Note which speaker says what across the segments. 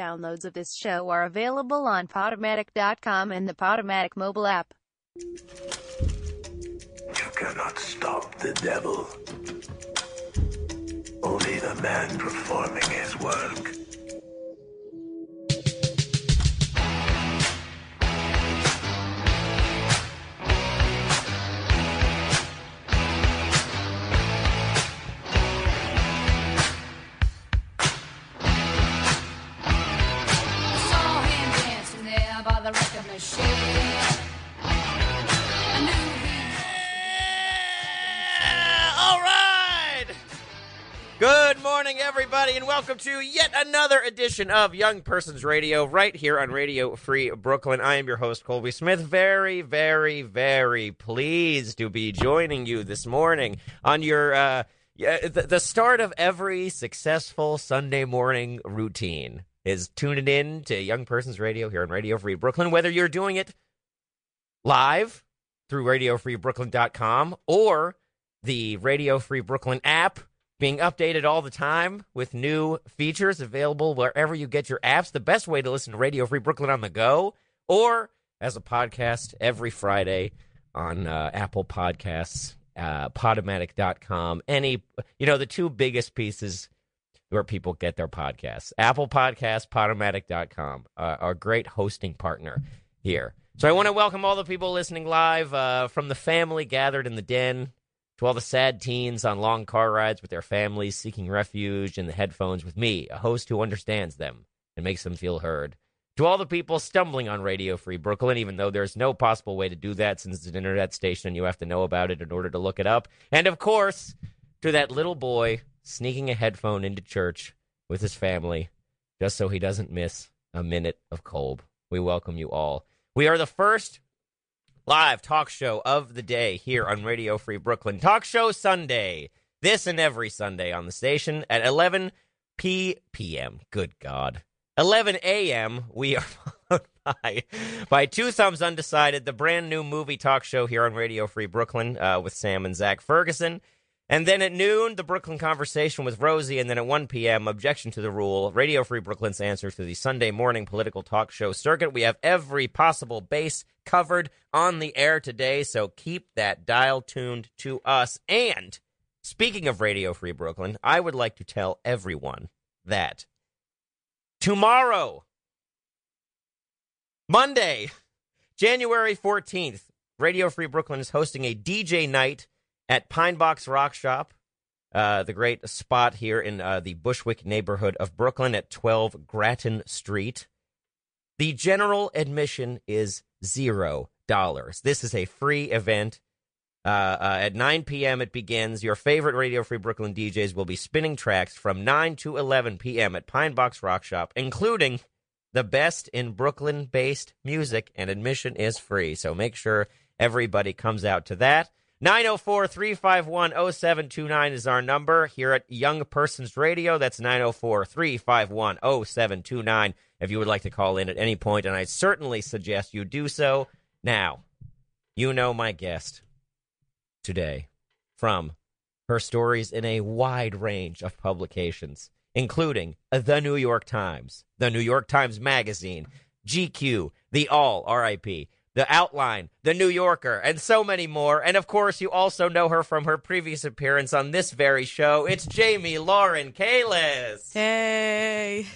Speaker 1: Downloads of this show are available on Podomatic.com and the Podomatic mobile app.
Speaker 2: You cannot stop the devil. Only the man performing his work.
Speaker 3: Saw him dancing there by the record machine. I knew
Speaker 4: Yeah! All right. Good morning, everybody, and welcome to yet another edition of Young Persons Radio right here on Radio Free Brooklyn. I am your host, Colby Smith. Very, very, very pleased to be joining you this morning on your. Uh, yeah, the, the start of every successful Sunday morning routine is tuning in to Young Persons Radio here on Radio Free Brooklyn, whether you're doing it live through radiofreebrooklyn.com or the Radio Free Brooklyn app being updated all the time with new features available wherever you get your apps. The best way to listen to Radio Free Brooklyn on the go or as a podcast every Friday on uh, Apple Podcasts, uh, Podomatic.com. Any, you know, the two biggest pieces where people get their podcasts. Apple Podcasts, Podomatic.com, uh, our great hosting partner here. So I want to welcome all the people listening live uh, from the family gathered in the den to all the sad teens on long car rides with their families seeking refuge in the headphones with me, a host who understands them and makes them feel heard. To all the people stumbling on Radio Free Brooklyn, even though there's no possible way to do that since it's an internet station and you have to know about it in order to look it up. And of course, to that little boy sneaking a headphone into church with his family just so he doesn't miss a minute of Kolb. We welcome you all. We are the first live talk show of the day here on Radio Free Brooklyn. Talk Show Sunday. This and every Sunday on the station at 11 p p.m. Good God. 11 a.m. We are followed by, by Two Thumbs Undecided, the brand new movie talk show here on Radio Free Brooklyn uh, with Sam and Zach Ferguson. And then at noon, the Brooklyn Conversation with Rosie. And then at 1 p.m., Objection to the Rule, Radio Free Brooklyn's answer to the Sunday morning political talk show circuit. We have every possible base covered on the air today, so keep that dial tuned to us. And speaking of Radio Free Brooklyn, I would like to tell everyone that tomorrow, Monday, January 14th, Radio Free Brooklyn is hosting a DJ night at Pine Box Rock Shop, uh, the great spot here in uh, the Bushwick neighborhood of Brooklyn at 12 Grattan Street. The general admission is zero dollars. This is a free event. Uh, uh, at 9 p.m., it begins. Your favorite Radio Free Brooklyn DJs will be spinning tracks from 9 to 11 p.m. at Pine Box Rock Shop, including the best in Brooklyn based music, and admission is free. So make sure everybody comes out to that. 904 351 0729 is our number here at Young Persons Radio. That's 904 351 0729 if you would like to call in at any point, and I certainly suggest you do so now. You know my guest today from her stories in a wide range of publications, including The New York Times, The New York Times Magazine, GQ, The All, RIP, The Outline, The New Yorker, and so many more. And of course, you also know her from her previous appearance on this very show. It's Jamie Lauren Kalis.
Speaker 5: Hey.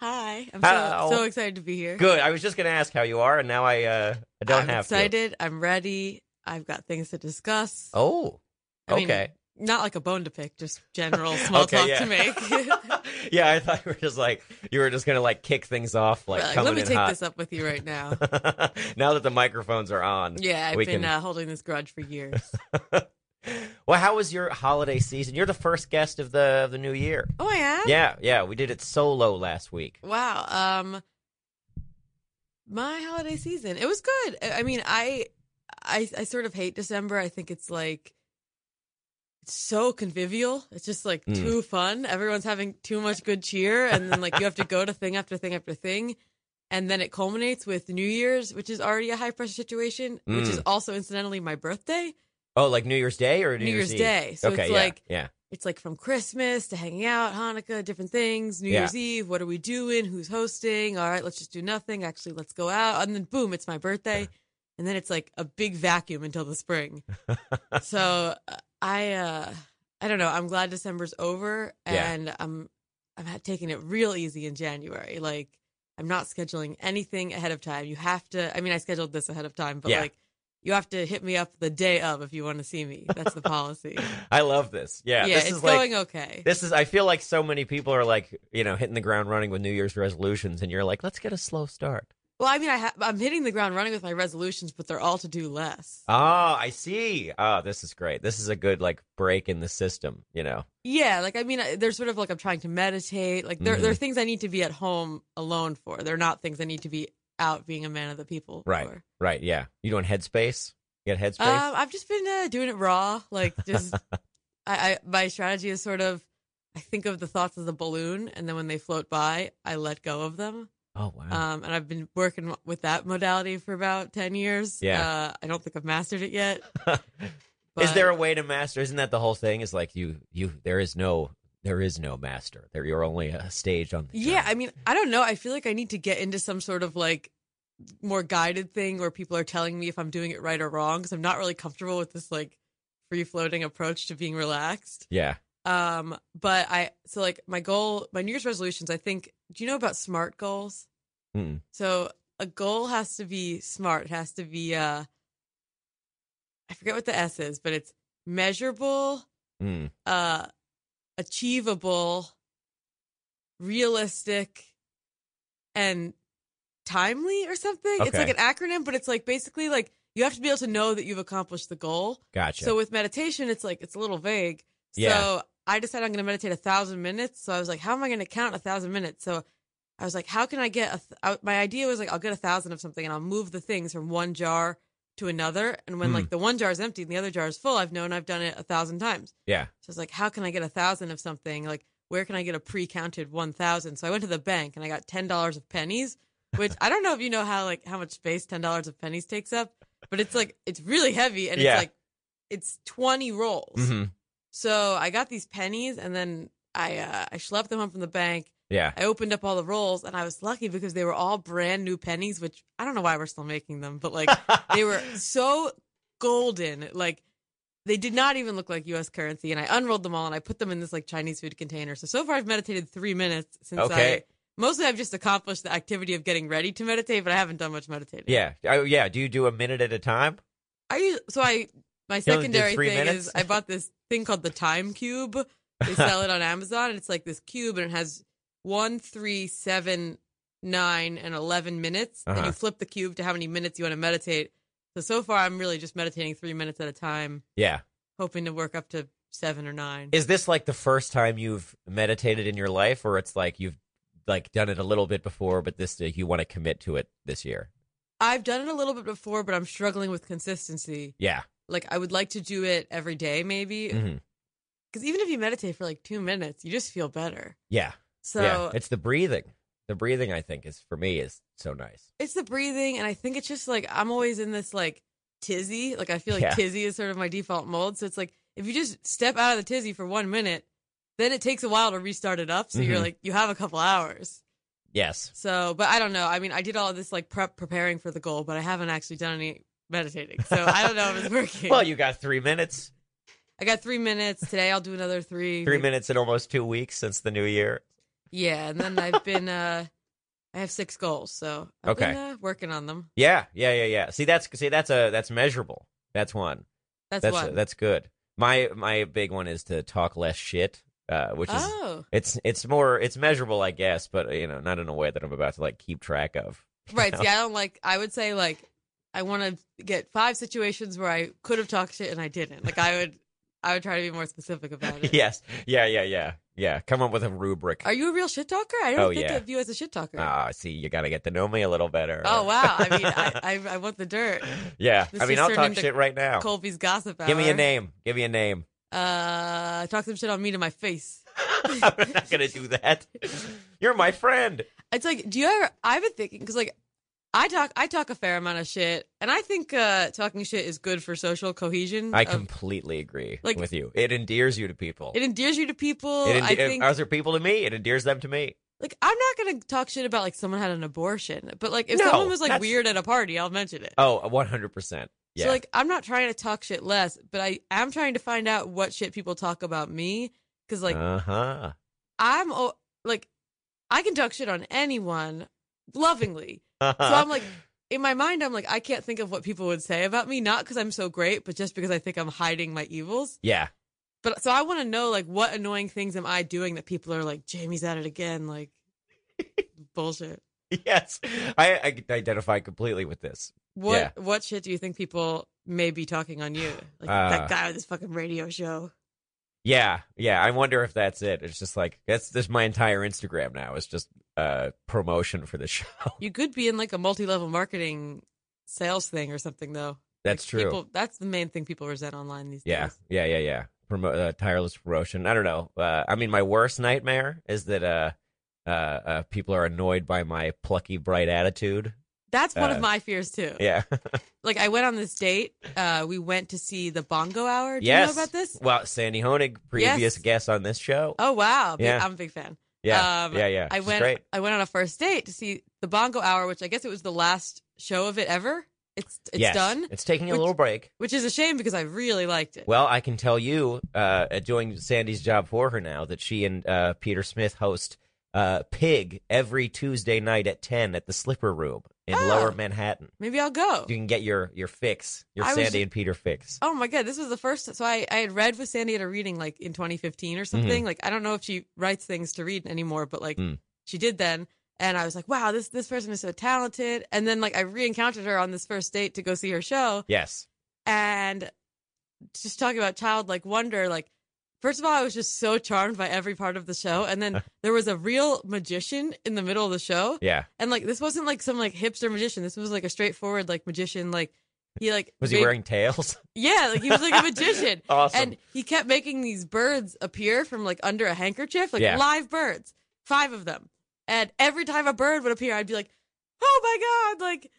Speaker 5: Hi. I'm
Speaker 4: Hello.
Speaker 5: so, so excited to be here.
Speaker 4: Good. I was just going to ask how you are, and now I, uh, I don't
Speaker 5: I'm
Speaker 4: have to.
Speaker 5: excited. I'm ready. I've got things to discuss.
Speaker 4: Oh,
Speaker 5: I mean,
Speaker 4: okay.
Speaker 5: not like a bone to pick, just general small
Speaker 4: Okay,
Speaker 5: talk
Speaker 4: yeah.
Speaker 5: to make.
Speaker 4: yeah, I thought you were just like you were just gonna like kick things off, like
Speaker 5: Right,
Speaker 4: coming
Speaker 5: let me
Speaker 4: in
Speaker 5: take
Speaker 4: hot.
Speaker 5: this up with you right now.
Speaker 4: now that the microphones are on,
Speaker 5: Yeah, I've
Speaker 4: we
Speaker 5: been
Speaker 4: can.
Speaker 5: uh, holding this grudge for years.
Speaker 4: Well, how was your holiday season? You're the first guest of the of the new year.
Speaker 5: Oh, I am?
Speaker 4: Yeah, yeah, we did it solo last week.
Speaker 5: Wow. Um my holiday season. It was good. I I mean, I I I sort of hate December. I think it's like it's so convivial. It's just like
Speaker 4: Mm.
Speaker 5: too fun. Everyone's having too much good cheer and then like you have to go to thing after thing after thing. And then it culminates with New Year's, which is already a high pressure situation, which is also incidentally my birthday,
Speaker 4: Oh, like Mm. New Year's Day or New,
Speaker 5: New Year's
Speaker 4: Eve?
Speaker 5: Day. So
Speaker 4: okay,
Speaker 5: it's
Speaker 4: yeah,
Speaker 5: like
Speaker 4: yeah,
Speaker 5: it's like from Christmas to hanging out, Hanukkah, different things, New
Speaker 4: Yeah.
Speaker 5: Year's Eve. What are we doing? Who's hosting? All right, let's just do nothing. Actually, let's go out. And then boom, it's my birthday. And then it's like a big vacuum until the spring. so uh, I, uh, I don't know. I'm glad December's over
Speaker 4: Yeah.
Speaker 5: and I'm, I'm ha- taking it real easy in January. Like I'm not scheduling anything ahead of time. You have to, I mean, I scheduled this ahead of time, but
Speaker 4: Yeah.
Speaker 5: like you have to hit me up the day of if you want to see me. That's the policy.
Speaker 4: I love this. Yeah,
Speaker 5: yeah,
Speaker 4: this
Speaker 5: it's
Speaker 4: is like
Speaker 5: going okay.
Speaker 4: this is. I feel like so many people are like you know hitting the ground running with New Year's resolutions, and you're like, let's get a slow start.
Speaker 5: Well, I mean, I ha- I'm hitting the ground running with my resolutions, but they're all to do less.
Speaker 4: Ah, I see. Ah, this is great. This is a good like break in the system. You know.
Speaker 5: Yeah, like I mean, I- they're sort of like I'm trying to meditate. Like they're
Speaker 4: Mm-hmm.
Speaker 5: they're things I need to be at home alone for. They're not things I need to be out being a man of the people.
Speaker 4: Right.
Speaker 5: For.
Speaker 4: Right. Yeah. You doing Headspace? You got Headspace?
Speaker 5: Um, I've just been uh, doing it raw. Like just, I, I my strategy is sort of, I think of the thoughts as a balloon, and then when they float by, I let go of them.
Speaker 4: oh wow.
Speaker 5: Um, and I've been working with that modality for about ten years.
Speaker 4: Yeah.
Speaker 5: Uh, I don't think I've mastered it yet.
Speaker 4: is
Speaker 5: uh, but-
Speaker 4: there a way to master? Isn't that the whole thing? Is like you, you. There is no, there is no master. There, you're only a stage on the.
Speaker 5: Yeah,
Speaker 4: journey.
Speaker 5: I mean, I don't know. I feel like I need to get into some sort of like more guided thing where people are telling me if I'm doing it right or wrong because I'm not really comfortable with this like free floating approach to being relaxed.
Speaker 4: yeah.
Speaker 5: Um, but I so like my goal, my New Year's resolutions. I think. Do you know about smart goals?
Speaker 4: Mm.
Speaker 5: So a goal has to be smart. It has to be. uh I forget what the S is, but it's measurable,
Speaker 4: Mm.
Speaker 5: uh achievable realistic and timely or something it's like
Speaker 4: Okay.
Speaker 5: an acronym but it's like basically like you have to be able to know that you've accomplished the goal
Speaker 4: Gotcha.
Speaker 5: so with meditation it's like it's a little vague
Speaker 4: Yeah.
Speaker 5: so i decided i'm going to meditate a thousand minutes so i was like how am i going to count a thousand minutes so i was like how can i get a th- I, my idea was like i'll get a thousand of something and i'll move the things from one jar to another and when
Speaker 4: Hmm.
Speaker 5: like the one jar is empty and the other jar is full i've known i've done it a thousand times
Speaker 4: yeah.
Speaker 5: so I was like, how can I get a thousand of something? Like, where can I get a pre-counted one thousand? So I went to the bank and I got ten dollars of pennies, which I don't know if you know how like how much space ten dollars of pennies takes up, but it's like it's really heavy and
Speaker 4: Yeah.
Speaker 5: it's like it's twenty rolls.
Speaker 4: hmm
Speaker 5: So I got these pennies and then I uh, I schlepped them home from the bank.
Speaker 4: Yeah.
Speaker 5: I opened up all the rolls and I was lucky because they were all brand new pennies, which I don't know why we're still making them, but like they were so golden like they did not even look like us currency and i unrolled them all and i put them in this like chinese food container so so far i've meditated three minutes since
Speaker 4: Okay.
Speaker 5: i mostly i've just accomplished the activity of getting ready to meditate but i haven't done much meditating
Speaker 4: Yeah. Oh, yeah. Do you do a minute at a time?
Speaker 5: i use so i my
Speaker 4: You only did
Speaker 5: secondary
Speaker 4: three
Speaker 5: thing
Speaker 4: minutes?
Speaker 5: is i bought this thing called the time cube they sell it on amazon and it's like this cube and it has one three seven nine and 11 minutes and
Speaker 4: Uh-huh.
Speaker 5: you flip the cube to how many minutes you want to meditate so so far i'm really just meditating three minutes at a time
Speaker 4: Yeah.
Speaker 5: hoping to work up to seven or nine.
Speaker 4: Is this like the first time you've meditated in your life, or it's like you've like done it a little bit before, but this uh, you want to commit to it this year?
Speaker 5: I've done it a little bit before, but I'm struggling with consistency.
Speaker 4: Yeah.
Speaker 5: Like I would like to do it every day, maybe, because
Speaker 4: Mhm.
Speaker 5: even if you meditate for like two minutes, you just feel better.
Speaker 4: Yeah.
Speaker 5: So
Speaker 4: yeah.
Speaker 5: it's-,
Speaker 4: It's the breathing. The breathing, I think, is for me is so nice.
Speaker 5: the breathing, and I think it's just like I'm always in this like tizzy. Like I feel like
Speaker 4: Yeah.
Speaker 5: tizzy is sort of my default mode. So it's like if you just step out of the tizzy for one minute, then it takes a while to restart it up. So you're
Speaker 4: Mhm.
Speaker 5: like you have a couple hours.
Speaker 4: Yes.
Speaker 5: So, but I don't know. I mean, I did all this like prep preparing for the goal, but I haven't actually done any meditating. So I don't know if it's working.
Speaker 4: Well, you got three minutes.
Speaker 5: I got three minutes today. I'll do another three.
Speaker 4: Three
Speaker 5: Like,
Speaker 4: minutes in almost two weeks since the new year.
Speaker 5: Yeah, and then I've been. uh I have six goals, so I've
Speaker 4: Okay.
Speaker 5: been uh, working on them.
Speaker 4: Yeah, yeah, yeah, yeah. See, that's see, that's a that's measurable. That's one.
Speaker 5: That's,
Speaker 4: That's uh,
Speaker 5: one.
Speaker 4: that's good. My my big one is to talk less shit, uh, which is
Speaker 5: oh,
Speaker 4: it's it's more it's measurable, I guess, but you know, not in a way that I'm about to like keep track of.
Speaker 5: right. See, I don't like. I would say like I want to get five situations where I could have talked shit and I didn't. Like I would, I would try to be more specific about it.
Speaker 4: yes, yeah, yeah, yeah, yeah. Come up with a rubric.
Speaker 5: Are you a real shit talker? I don't
Speaker 4: Oh,
Speaker 5: think
Speaker 4: yeah.
Speaker 5: of you as a shit talker.
Speaker 4: Ah, see, you got to get to know me a little better.
Speaker 5: oh wow. I mean, I, I, I want the dirt.
Speaker 4: yeah.
Speaker 5: This
Speaker 4: I mean,
Speaker 5: just
Speaker 4: I'll
Speaker 5: turned
Speaker 4: talk
Speaker 5: into
Speaker 4: shit right now.
Speaker 5: Colby's gossip hour.
Speaker 4: Give me a name. Give me a name.
Speaker 5: Uh, talk some shit on me to my face.
Speaker 4: I'm not gonna do that. You're my friend.
Speaker 5: It's like, do you ever? I've been thinking because like I talk I talk a fair amount of shit, and I think uh, talking shit is good for social cohesion.
Speaker 4: I
Speaker 5: of-
Speaker 4: completely agree
Speaker 5: Oh. like-
Speaker 4: with you. It endears you to people.
Speaker 5: it endears you to people.
Speaker 4: It ende-
Speaker 5: I think
Speaker 4: other people to me. It endears them to me.
Speaker 5: like I'm not gonna talk shit about like someone had an abortion, but like if
Speaker 4: No,
Speaker 5: someone was like
Speaker 4: that's-
Speaker 5: weird at a party, I'll mention it.
Speaker 4: Oh, 100%. Yeah.
Speaker 5: So like I'm not trying to talk shit less, but I am trying to find out what shit people talk about me because like
Speaker 4: uh-huh.
Speaker 5: I'm o- like I can talk shit on anyone lovingly. So
Speaker 4: Uh-huh.
Speaker 5: I'm like in my mind I'm like I can't think of what people would say about me not cuz I'm so great but just because I think I'm hiding my evils.
Speaker 4: yeah.
Speaker 5: But so I want to know like what annoying things am I doing that people are like Jamie's at it again like bullshit.
Speaker 4: Yes. I, I can identify completely with this.
Speaker 5: What
Speaker 4: Yeah.
Speaker 5: what shit do you think people may be talking on you? Like
Speaker 4: Uh.
Speaker 5: that guy with his fucking radio show.
Speaker 4: Yeah. Yeah. I wonder if that's it. It's just like, that's just my entire Instagram now. It's just uh, promotion for the show.
Speaker 5: You could be in like a multi-level marketing sales thing or something though.
Speaker 4: That's
Speaker 5: Like,
Speaker 4: true.
Speaker 5: People, that's the main thing people resent online these
Speaker 4: Yeah,
Speaker 5: days.
Speaker 4: yeah, yeah, yeah. Promo- uh, tireless promotion. I don't know. Uh, I mean, my worst nightmare is that uh, uh, uh, people are annoyed by my plucky, bright attitude.
Speaker 5: That's one
Speaker 4: Uh,
Speaker 5: of my fears too.
Speaker 4: Yeah.
Speaker 5: Like I went on this date. Uh, we went to see the Bongo Hour. Do
Speaker 4: yes.
Speaker 5: you know about this?
Speaker 4: Well, Sandy Honig, previous
Speaker 5: Yes.
Speaker 4: guest on this show.
Speaker 5: Oh wow! Big-
Speaker 4: Yeah.
Speaker 5: I'm a big fan.
Speaker 4: yeah,
Speaker 5: um,
Speaker 4: yeah, yeah.
Speaker 5: I
Speaker 4: She's
Speaker 5: went.
Speaker 4: Great.
Speaker 5: I went on a first date to see the Bongo Hour, which I guess it was the last show of it ever. It's it's
Speaker 4: Yes.
Speaker 5: done,
Speaker 4: It's taking a
Speaker 5: Which-
Speaker 4: little break.
Speaker 5: which is a shame because I really liked it.
Speaker 4: Well, I can tell you, uh, at doing Sandy's job for her now, that she and uh, Peter Smith host uh, Pig every Tuesday night at ten at the Slipper Room in
Speaker 5: Oh.
Speaker 4: Lower Manhattan.
Speaker 5: Maybe I'll go.
Speaker 4: you can get your your fix, your
Speaker 5: I was
Speaker 4: Sandy
Speaker 5: ju-
Speaker 4: and Peter fix.
Speaker 5: Oh my god, this was the first. So I, I had read with Sandy at a reading like in 2015 or something. Like I don't know if she writes things to read anymore, but like
Speaker 4: Mm-hmm. Mm.
Speaker 5: she did then. And I was like, wow, this this person is so talented. And then like I re-encountered her on this first date to go see her show,
Speaker 4: Yes.
Speaker 5: and just talking about childlike wonder. Like first of all, I was just so charmed by every part of the show, and then there was a real magician in the middle of the show.
Speaker 4: Yeah.
Speaker 5: And like this wasn't like some like hipster magician. This was like a straightforward like magician. Like he like
Speaker 4: Was he
Speaker 5: made-
Speaker 4: wearing tails?
Speaker 5: Yeah, like he was like a magician.
Speaker 4: Awesome.
Speaker 5: And he kept making these birds appear from like under a handkerchief, like
Speaker 4: Yeah.
Speaker 5: live birds, five of them. And every time a bird would appear, I'd be like, "Oh my god!" Like,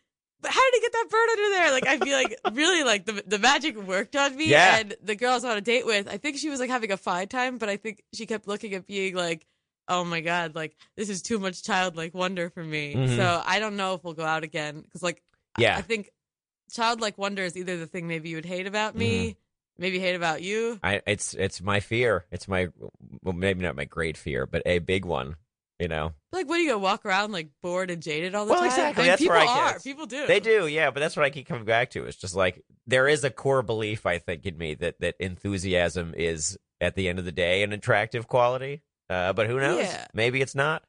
Speaker 5: but how did he get that bird under there? Like, I'd be like, really, like the the magic worked on me.
Speaker 4: Yeah.
Speaker 5: And the girl I was on a date with, I think she was like having a fine time, but I think she kept looking at being like, "Oh my god!" Like, this is too much childlike wonder for me.
Speaker 4: Mhm.
Speaker 5: So I don't know if we'll go out again because like I-
Speaker 4: Yeah.
Speaker 5: I think childlike wonder is either the thing maybe you would hate
Speaker 4: Mm-hmm.
Speaker 5: about me, maybe hate about you.
Speaker 4: I, it's it's my fear. It's my well, maybe not my great fear, but a big one. You know,
Speaker 5: Like, what do you go walk around like bored and jaded all the
Speaker 4: Well,
Speaker 5: time?
Speaker 4: exactly,
Speaker 5: I mean,
Speaker 4: that's where
Speaker 5: people
Speaker 4: I
Speaker 5: are.
Speaker 4: guess.
Speaker 5: People do.
Speaker 4: they do. Yeah, but that's what I keep coming back to. It's just like there is a core belief I think in me that that enthusiasm is at the end of the day an attractive quality. Uh, but who knows?
Speaker 5: Yeah.
Speaker 4: Maybe it's not.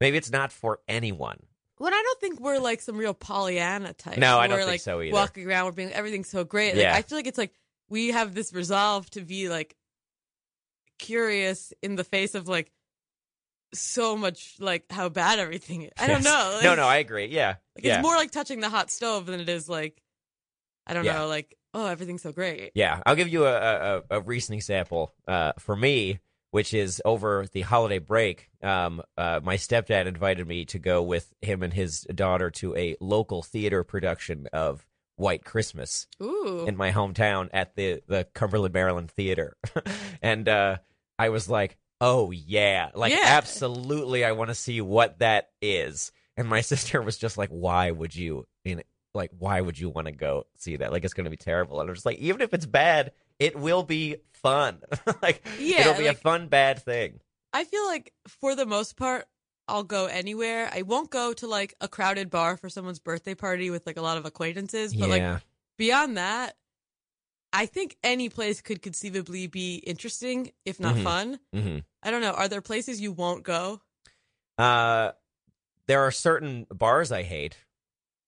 Speaker 4: Maybe it's not for anyone.
Speaker 5: When I don't think we're like some real Pollyanna type.
Speaker 4: No, I don't
Speaker 5: we're,
Speaker 4: think
Speaker 5: like,
Speaker 4: so either.
Speaker 5: Walking around, we're being everything's so great. Like,
Speaker 4: Yeah.
Speaker 5: I feel like it's like we have this resolve to be like curious in the face of like so much like how bad everything is. I don't
Speaker 4: Yes.
Speaker 5: know.
Speaker 4: no,
Speaker 5: like-
Speaker 4: no, I agree. Yeah,
Speaker 5: Like
Speaker 4: yeah.
Speaker 5: it's more like touching the hot stove than it is like I don't
Speaker 4: Yeah.
Speaker 5: know, like oh everything's so great.
Speaker 4: Yeah, I'll give you a, a, a- a recent example uh, for me, which is over the holiday break. Um, uh, my stepdad invited me to go with him and his daughter to a local theater production of White Christmas
Speaker 5: Ooh.
Speaker 4: in my hometown at the, the Cumberland, Maryland Theater. and uh, I was like, oh, yeah. Like,
Speaker 5: Yeah.
Speaker 4: absolutely, I want to see what that is. And my sister was just like, why would you, in, like, why would you want to go see that? Like, it's going to be terrible. And I'm just like, even if it's bad, it will be fun. like,
Speaker 5: Yeah,
Speaker 4: it'll be a
Speaker 5: like-
Speaker 4: fun, bad thing.
Speaker 5: I feel like for the most part I'll go anywhere. I won't go to like a crowded bar for someone's birthday party with like a lot of acquaintances, but like
Speaker 4: yeah.
Speaker 5: beyond that I think any place could conceivably be interesting if not
Speaker 4: Mhm.
Speaker 5: fun.
Speaker 4: hmm
Speaker 5: I don't know, are there places you won't go?
Speaker 4: Uh, there are certain bars I hate.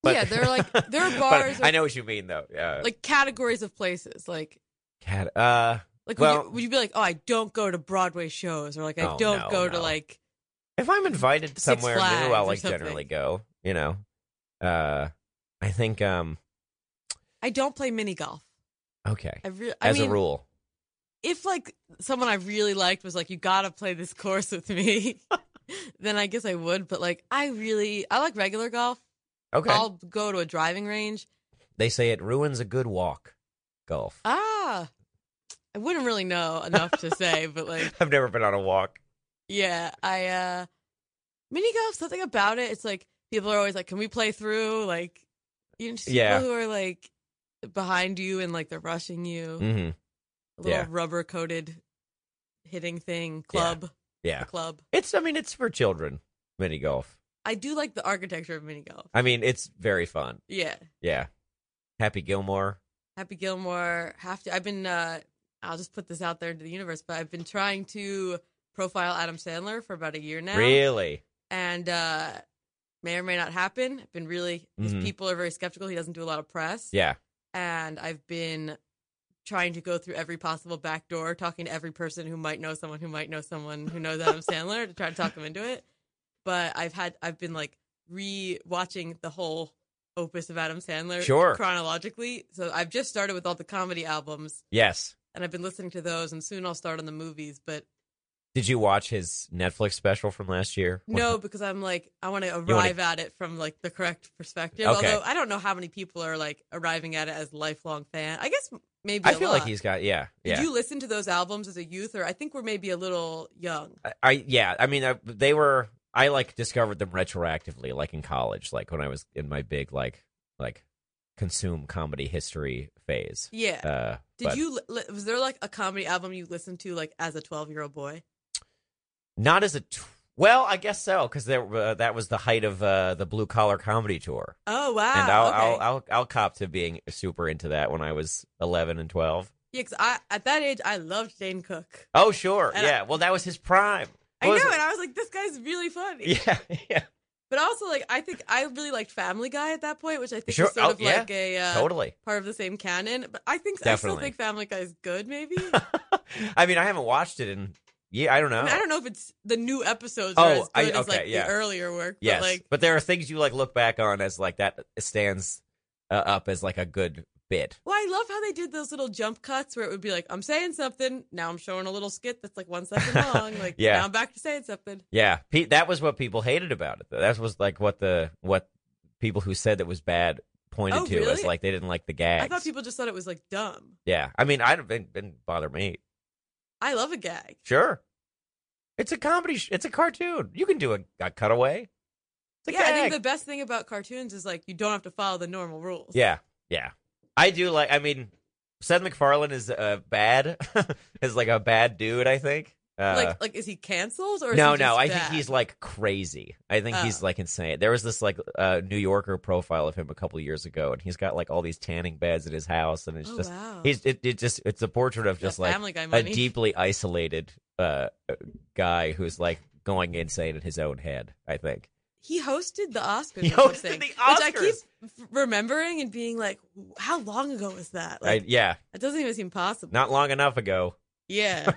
Speaker 4: But,
Speaker 5: Yeah, there are, like- there are
Speaker 4: but
Speaker 5: bars or-
Speaker 4: I know what you mean, though. Uh,
Speaker 5: Like categories of places like
Speaker 4: cat. Uh,
Speaker 5: like would,
Speaker 4: Well-
Speaker 5: you, would you be like, "Oh, I don't go to Broadway shows," or like, "I
Speaker 4: Oh,
Speaker 5: don't
Speaker 4: no,
Speaker 5: go
Speaker 4: no.
Speaker 5: to like
Speaker 4: if I'm invited
Speaker 5: Six
Speaker 4: somewhere new,
Speaker 5: Flags
Speaker 4: I'll
Speaker 5: or
Speaker 4: like
Speaker 5: something.
Speaker 4: generally go. You know, uh, I think um
Speaker 5: I don't play mini golf.
Speaker 4: okay
Speaker 5: I really, I
Speaker 4: as
Speaker 5: mean,
Speaker 4: a rule.
Speaker 5: if like someone I really liked was like, you gotta play this course with me, then I guess I would. But like, I really, I like regular golf.
Speaker 4: Okay.
Speaker 5: I'll go to a driving range.
Speaker 4: They say it ruins a good walk. Golf.
Speaker 5: Ah, I wouldn't really know enough to say, but like,
Speaker 4: I've never been on a walk.
Speaker 5: yeah, I uh, mini golf. Something about it. It's like people are always like, "Can we play through?" Like, you know, just
Speaker 4: Yeah.
Speaker 5: people who are like behind you and like they're rushing you.
Speaker 4: Mm-hmm.
Speaker 5: A little
Speaker 4: yeah.
Speaker 5: rubber coated hitting thing club.
Speaker 4: Yeah.
Speaker 5: A club.
Speaker 4: It's. I mean, it's for children. Mini golf.
Speaker 5: I do like the architecture of mini golf.
Speaker 4: I mean, it's very fun.
Speaker 5: Yeah.
Speaker 4: Yeah. Happy Gilmore.
Speaker 5: Happy Gilmore. Have to. I've been. uh I'll just put this out there into the universe, but I've been trying to profile Adam Sandler for about a year now,
Speaker 4: Really?
Speaker 5: and uh may or may not happen. I've been really. His
Speaker 4: Mhm.
Speaker 5: people are very skeptical. He doesn't do a lot of press,
Speaker 4: Yeah.
Speaker 5: and I've been trying to go through every possible back door, talking to every person who might know someone who might know someone who knows Adam Sandler to try to talk him into it. But I've had. I've been like re-watching the whole opus of Adam Sandler
Speaker 4: Sure.
Speaker 5: chronologically. So I've just started with all the comedy albums
Speaker 4: Yes.
Speaker 5: and I've been listening to those and soon I'll start on the movies, but
Speaker 4: Did you watch his Netflix special from last year?
Speaker 5: no because I'm like I want to arrive at it from like the correct perspective.
Speaker 4: Okay.
Speaker 5: Although I don't know how many people are like arriving at it as lifelong fan. I guess m- maybe
Speaker 4: I
Speaker 5: a
Speaker 4: feel
Speaker 5: lot.
Speaker 4: like he's got. Yeah.
Speaker 5: Did
Speaker 4: Yeah.
Speaker 5: you listen to those albums as a youth or I think we're maybe a little young.
Speaker 4: I, I yeah. I mean, I, they were. I like discovered them retroactively, like in college, like when I was in my big like like consume comedy history phase.
Speaker 5: Yeah.
Speaker 4: Uh,
Speaker 5: Did
Speaker 4: but
Speaker 5: you li- was there like a comedy album you listened to like as a 12-year-old boy?
Speaker 4: not as a tw- well? I guess so because there uh, that was the height of uh, the blue collar comedy tour,
Speaker 5: Oh wow.
Speaker 4: and I'll,
Speaker 5: okay.
Speaker 4: I'll I'll I'll cop to being super into that when I was eleven and twelve.
Speaker 5: Yeah, 'cause I at that age I loved Dane Cook.
Speaker 4: Oh sure,
Speaker 5: And I-
Speaker 4: yeah. well, that was his prime.
Speaker 5: I know,
Speaker 4: What was
Speaker 5: and
Speaker 4: it?
Speaker 5: I was like, this guy's really funny.
Speaker 4: Yeah, yeah,
Speaker 5: But also, like, I think I really liked Family Guy at that point, which I think
Speaker 4: Sure.
Speaker 5: is sort
Speaker 4: Oh,
Speaker 5: of
Speaker 4: yeah.
Speaker 5: like a uh,
Speaker 4: totally.
Speaker 5: part of the same canon. But I think I
Speaker 4: Definitely.
Speaker 5: still think Family Guy is good. Maybe
Speaker 4: I mean, I haven't watched it in yeah. I don't know.
Speaker 5: I, mean, I don't know if it's the new episodes
Speaker 4: Oh,
Speaker 5: are as good
Speaker 4: I-
Speaker 5: as
Speaker 4: okay,
Speaker 5: like
Speaker 4: yeah.
Speaker 5: the earlier work.
Speaker 4: Yes,
Speaker 5: But, like,
Speaker 4: there are things you like look back on as like that stands uh, up as like a good bit.
Speaker 5: well, I love how they did those little jump cuts where it would be like, I'm saying something now, I'm showing a little skit that's like one second long. Like,
Speaker 4: Yeah.
Speaker 5: now I'm back to saying something.
Speaker 4: Yeah, Pe- that was what people hated about it. Though. That was like what the what people who said that was bad pointed
Speaker 5: Oh,
Speaker 4: to as
Speaker 5: really?
Speaker 4: like they didn't like the
Speaker 5: I
Speaker 4: gags.
Speaker 5: thought people just thought it was like dumb.
Speaker 4: yeah, I mean, I don't it didn't bother me.
Speaker 5: I love a gag.
Speaker 4: Sure, it's a comedy. Sh- it's a cartoon. You can do a, a cutaway. It's a
Speaker 5: yeah, I
Speaker 4: gag.
Speaker 5: think the best thing about cartoons is like you don't have to follow the normal rules.
Speaker 4: Yeah, yeah. I do like. I mean, Seth MacFarlane is uh, bad. is like a bad dude. I think. Uh,
Speaker 5: like like is he canceled or is
Speaker 4: no,
Speaker 5: he
Speaker 4: no.
Speaker 5: just
Speaker 4: I
Speaker 5: bad?
Speaker 4: think he's like crazy. I think he's
Speaker 5: Oh.
Speaker 4: like insane. There was this like uh, New Yorker profile of him a couple years ago, and he's got like all these tanning beds in his house, and it's
Speaker 5: oh,
Speaker 4: just
Speaker 5: wow.
Speaker 4: he's it, it just it's a portrait of
Speaker 5: Got
Speaker 4: just like
Speaker 5: Family Guy
Speaker 4: a
Speaker 5: money.
Speaker 4: deeply isolated uh, guy who's like going insane in his own head. I think.
Speaker 5: he hosted the Oscars.
Speaker 4: He
Speaker 5: or
Speaker 4: hosted
Speaker 5: something,
Speaker 4: the
Speaker 5: which I keep
Speaker 4: Oscars.
Speaker 5: f- remembering and being like, how long ago was that? Like,
Speaker 4: I, yeah,
Speaker 5: that doesn't even seem possible.
Speaker 4: not long enough ago.
Speaker 5: yeah.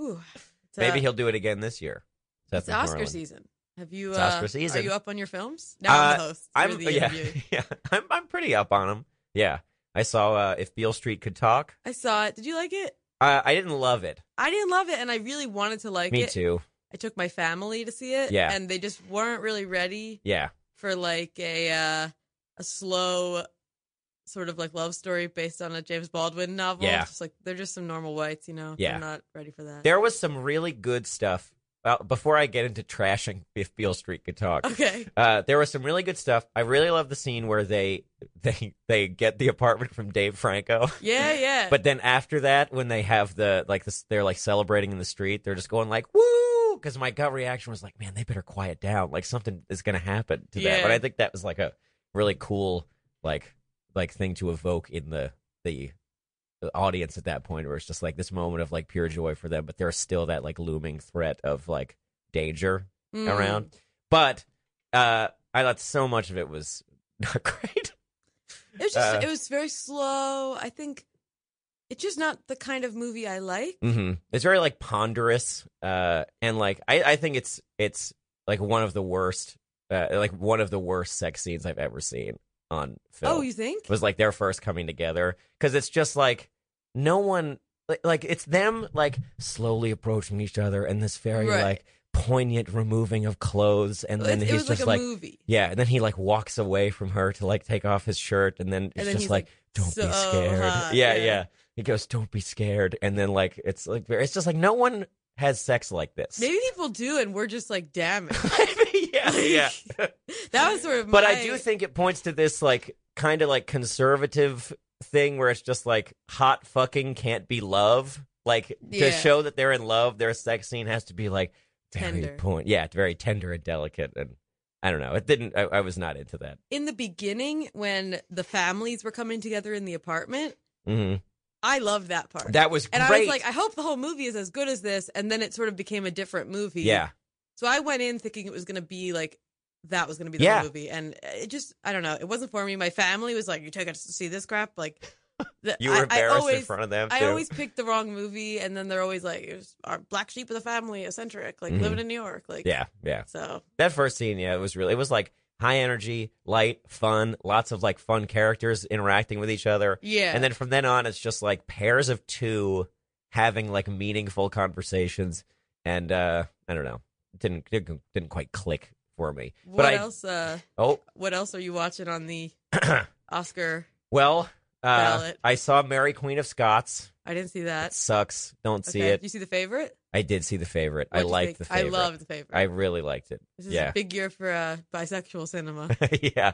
Speaker 5: Ooh, it's, uh,
Speaker 4: Maybe he'll do it again this year. Seth
Speaker 5: It's Oscar
Speaker 4: MacFarlane.
Speaker 5: season. Have you?
Speaker 4: It's
Speaker 5: uh,
Speaker 4: Oscar
Speaker 5: Are
Speaker 4: season. Uh,
Speaker 5: you up on your films? Now I'm the host. You're
Speaker 4: I'm
Speaker 5: the
Speaker 4: yeah,
Speaker 5: interviewee.
Speaker 4: yeah. I'm I'm pretty up on him. Yeah, I saw uh, if Beale Street could talk.
Speaker 5: I saw it. Did you like it?
Speaker 4: Uh, I didn't love it.
Speaker 5: I didn't love it, and I really wanted to like
Speaker 4: Me
Speaker 5: it.
Speaker 4: too.
Speaker 5: I took my family to see it,
Speaker 4: Yeah.
Speaker 5: and they just weren't really ready
Speaker 4: Yeah,
Speaker 5: for like a uh, a slow sort of like love story based on a James Baldwin novel.
Speaker 4: Yeah.
Speaker 5: Just like they're just some normal whites, you know.
Speaker 4: Yeah.
Speaker 5: They're not ready for that.
Speaker 4: there was some really good stuff. Well, before I get into trashing if Beale Street could talk,
Speaker 5: okay.
Speaker 4: uh, there was some really good stuff. I really love the scene where they they they get the apartment from Dave Franco.
Speaker 5: Yeah, yeah.
Speaker 4: But then after that, when they have the like this, they're like celebrating in the street. They're just going like woo, because my gut reaction was like, man, they better quiet down. Like something is gonna happen to that.
Speaker 5: Yeah.
Speaker 4: But I think that was like a really cool like like thing to evoke in the the the audience at that point, where it's just like this moment of like pure joy for them, but there's still that like looming threat of like danger
Speaker 5: Mm.
Speaker 4: around. But uh I thought so much of it was not great.
Speaker 5: It was just
Speaker 4: uh,
Speaker 5: it was very slow. I think it's just not the kind of movie I like.
Speaker 4: hmm It's very like ponderous, uh, and like I, I think it's it's like one of the worst, uh, like one of the worst sex scenes I've ever seen on film.
Speaker 5: Oh, you think?
Speaker 4: was like their first coming together because it's just like no one like, like it's them like slowly approaching each other and this very
Speaker 5: Right.
Speaker 4: like poignant removing of clothes, and then
Speaker 5: It- it
Speaker 4: he's
Speaker 5: was like
Speaker 4: just
Speaker 5: a
Speaker 4: like,
Speaker 5: movie.
Speaker 4: yeah, and then he like walks away from her to like take off his shirt, and then it's
Speaker 5: then
Speaker 4: just
Speaker 5: he's,
Speaker 4: like,
Speaker 5: like,
Speaker 4: don't be
Speaker 5: so
Speaker 4: scared.
Speaker 5: hot,
Speaker 4: yeah,
Speaker 5: yeah.
Speaker 4: yeah. He goes, don't be scared, and then like it's like it's just like no one has sex like this.
Speaker 5: Maybe people do, and we're just like, damn it.
Speaker 4: yeah, yeah.
Speaker 5: that was sort of.
Speaker 4: But
Speaker 5: my,
Speaker 4: I do think it points to this like kind of like conservative thing where it's just like hot fucking can't be love. Like to
Speaker 5: Yeah.
Speaker 4: show that they're in love, their sex scene has to be like very
Speaker 5: Tender.
Speaker 4: point, yeah, very tender and delicate. And I don't know, it didn't. I, I was not into that.
Speaker 5: in the beginning when the families were coming together in the apartment,
Speaker 4: hmm
Speaker 5: I loved that part.
Speaker 4: That was
Speaker 5: and
Speaker 4: great.
Speaker 5: I was like, I hope the whole movie is as good as this. And then it sort of became a different movie.
Speaker 4: yeah,
Speaker 5: So I went in thinking it was going to be like that was going to be the
Speaker 4: Yeah.
Speaker 5: whole movie, and it just I don't know. It wasn't for me. My family was like, "You took us to see this crap." Like, the,
Speaker 4: you were
Speaker 5: I,
Speaker 4: embarrassed
Speaker 5: I always,
Speaker 4: in front of them.
Speaker 5: I
Speaker 4: too.
Speaker 5: always picked the wrong movie, and then they're always like, it was "Our black sheep of the family, eccentric, like
Speaker 4: Mhm.
Speaker 5: living in New York." Like,
Speaker 4: yeah, yeah.
Speaker 5: So
Speaker 4: That first scene, yeah, it was really. It was like high energy, light, fun, lots of like fun characters interacting with each other.
Speaker 5: yeah,
Speaker 4: And then from then on, it's just like pairs of two having like meaningful conversations. And uh I don't know, It didn't didn't, didn't quite click for me.
Speaker 5: what
Speaker 4: but I
Speaker 5: else? Uh,
Speaker 4: oh
Speaker 5: what else are you watching on the Oscar?
Speaker 4: well, uh,
Speaker 5: Ballot.
Speaker 4: I saw Mary Queen of Scots.
Speaker 5: I didn't see
Speaker 4: That
Speaker 5: that.
Speaker 4: sucks. Don't see
Speaker 5: Okay.
Speaker 4: it.
Speaker 5: You see the favorite?
Speaker 4: I did see the favorite. I
Speaker 5: What'd you
Speaker 4: liked
Speaker 5: think?
Speaker 4: the favorite.
Speaker 5: I loved the favorite.
Speaker 4: I really liked it.
Speaker 5: this is
Speaker 4: yeah.
Speaker 5: a big year for uh, bisexual cinema.
Speaker 4: yeah.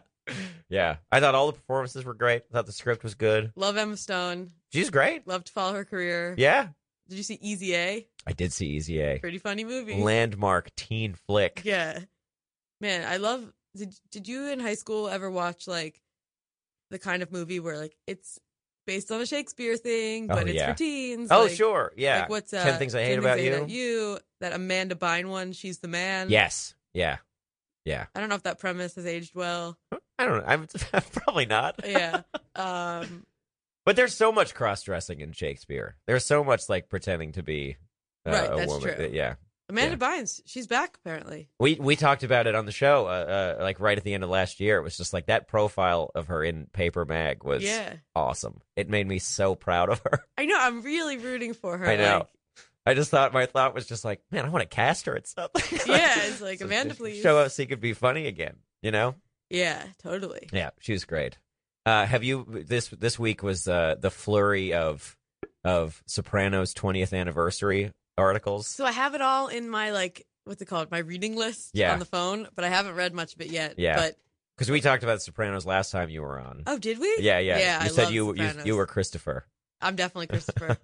Speaker 4: Yeah. I thought all the performances were great. I thought the script was good.
Speaker 5: Love Emma Stone.
Speaker 4: She's great.
Speaker 5: Love to follow her career.
Speaker 4: Yeah.
Speaker 5: Did you see Easy A?
Speaker 4: I did see Easy A.
Speaker 5: Pretty funny movie.
Speaker 4: Landmark teen flick.
Speaker 5: Yeah. Man, I love did did you in high school ever watch like the kind of movie where like it's based on a Shakespeare thing, but
Speaker 4: Oh,
Speaker 5: it's
Speaker 4: yeah.
Speaker 5: for teens?
Speaker 4: Oh,
Speaker 5: like-
Speaker 4: sure. Yeah.
Speaker 5: Like what's uh,
Speaker 4: 10 Things I Hate
Speaker 5: 10
Speaker 4: About
Speaker 5: Hate
Speaker 4: You?
Speaker 5: You? That Amanda Bynes one, she's the man.
Speaker 4: Yes. Yeah. Yeah.
Speaker 5: I don't know if that premise has aged well.
Speaker 4: I don't know. I'm probably not.
Speaker 5: Yeah. um
Speaker 4: But there's so much cross dressing in Shakespeare. There's so much like pretending to be uh,
Speaker 5: Right,
Speaker 4: a
Speaker 5: that's
Speaker 4: woman.
Speaker 5: true.
Speaker 4: Yeah.
Speaker 5: Amanda Bynes, she's back apparently.
Speaker 4: We we talked about it on the show uh, uh, like right at the end of last year. It was just like that profile of her in Paper Mag was
Speaker 5: Yeah.
Speaker 4: awesome. It made me so proud of her.
Speaker 5: I know, I'm really rooting for her.
Speaker 4: I know.
Speaker 5: Like,
Speaker 4: I just thought my thought was just like, man, I want to cast her at something.
Speaker 5: Yeah, it's like, Amanda,
Speaker 4: just
Speaker 5: please.
Speaker 4: show us. He could be funny again. You know?
Speaker 5: yeah, totally.
Speaker 4: Yeah, she was great. Uh, have you this this week was uh, the flurry of of Sopranos 20th anniversary articles?
Speaker 5: So I have it all in my like what's it called? My reading list
Speaker 4: Yeah.
Speaker 5: on the phone, but I haven't read much of it yet.
Speaker 4: Yeah.
Speaker 5: But
Speaker 4: Because we talked about Sopranos last time you were on.
Speaker 5: oh, did we?
Speaker 4: yeah, yeah.
Speaker 5: Yeah.
Speaker 4: you
Speaker 5: I
Speaker 4: said
Speaker 5: love
Speaker 4: you, you
Speaker 5: Sopranos.
Speaker 4: you were Christopher.
Speaker 5: I'm definitely Christopher.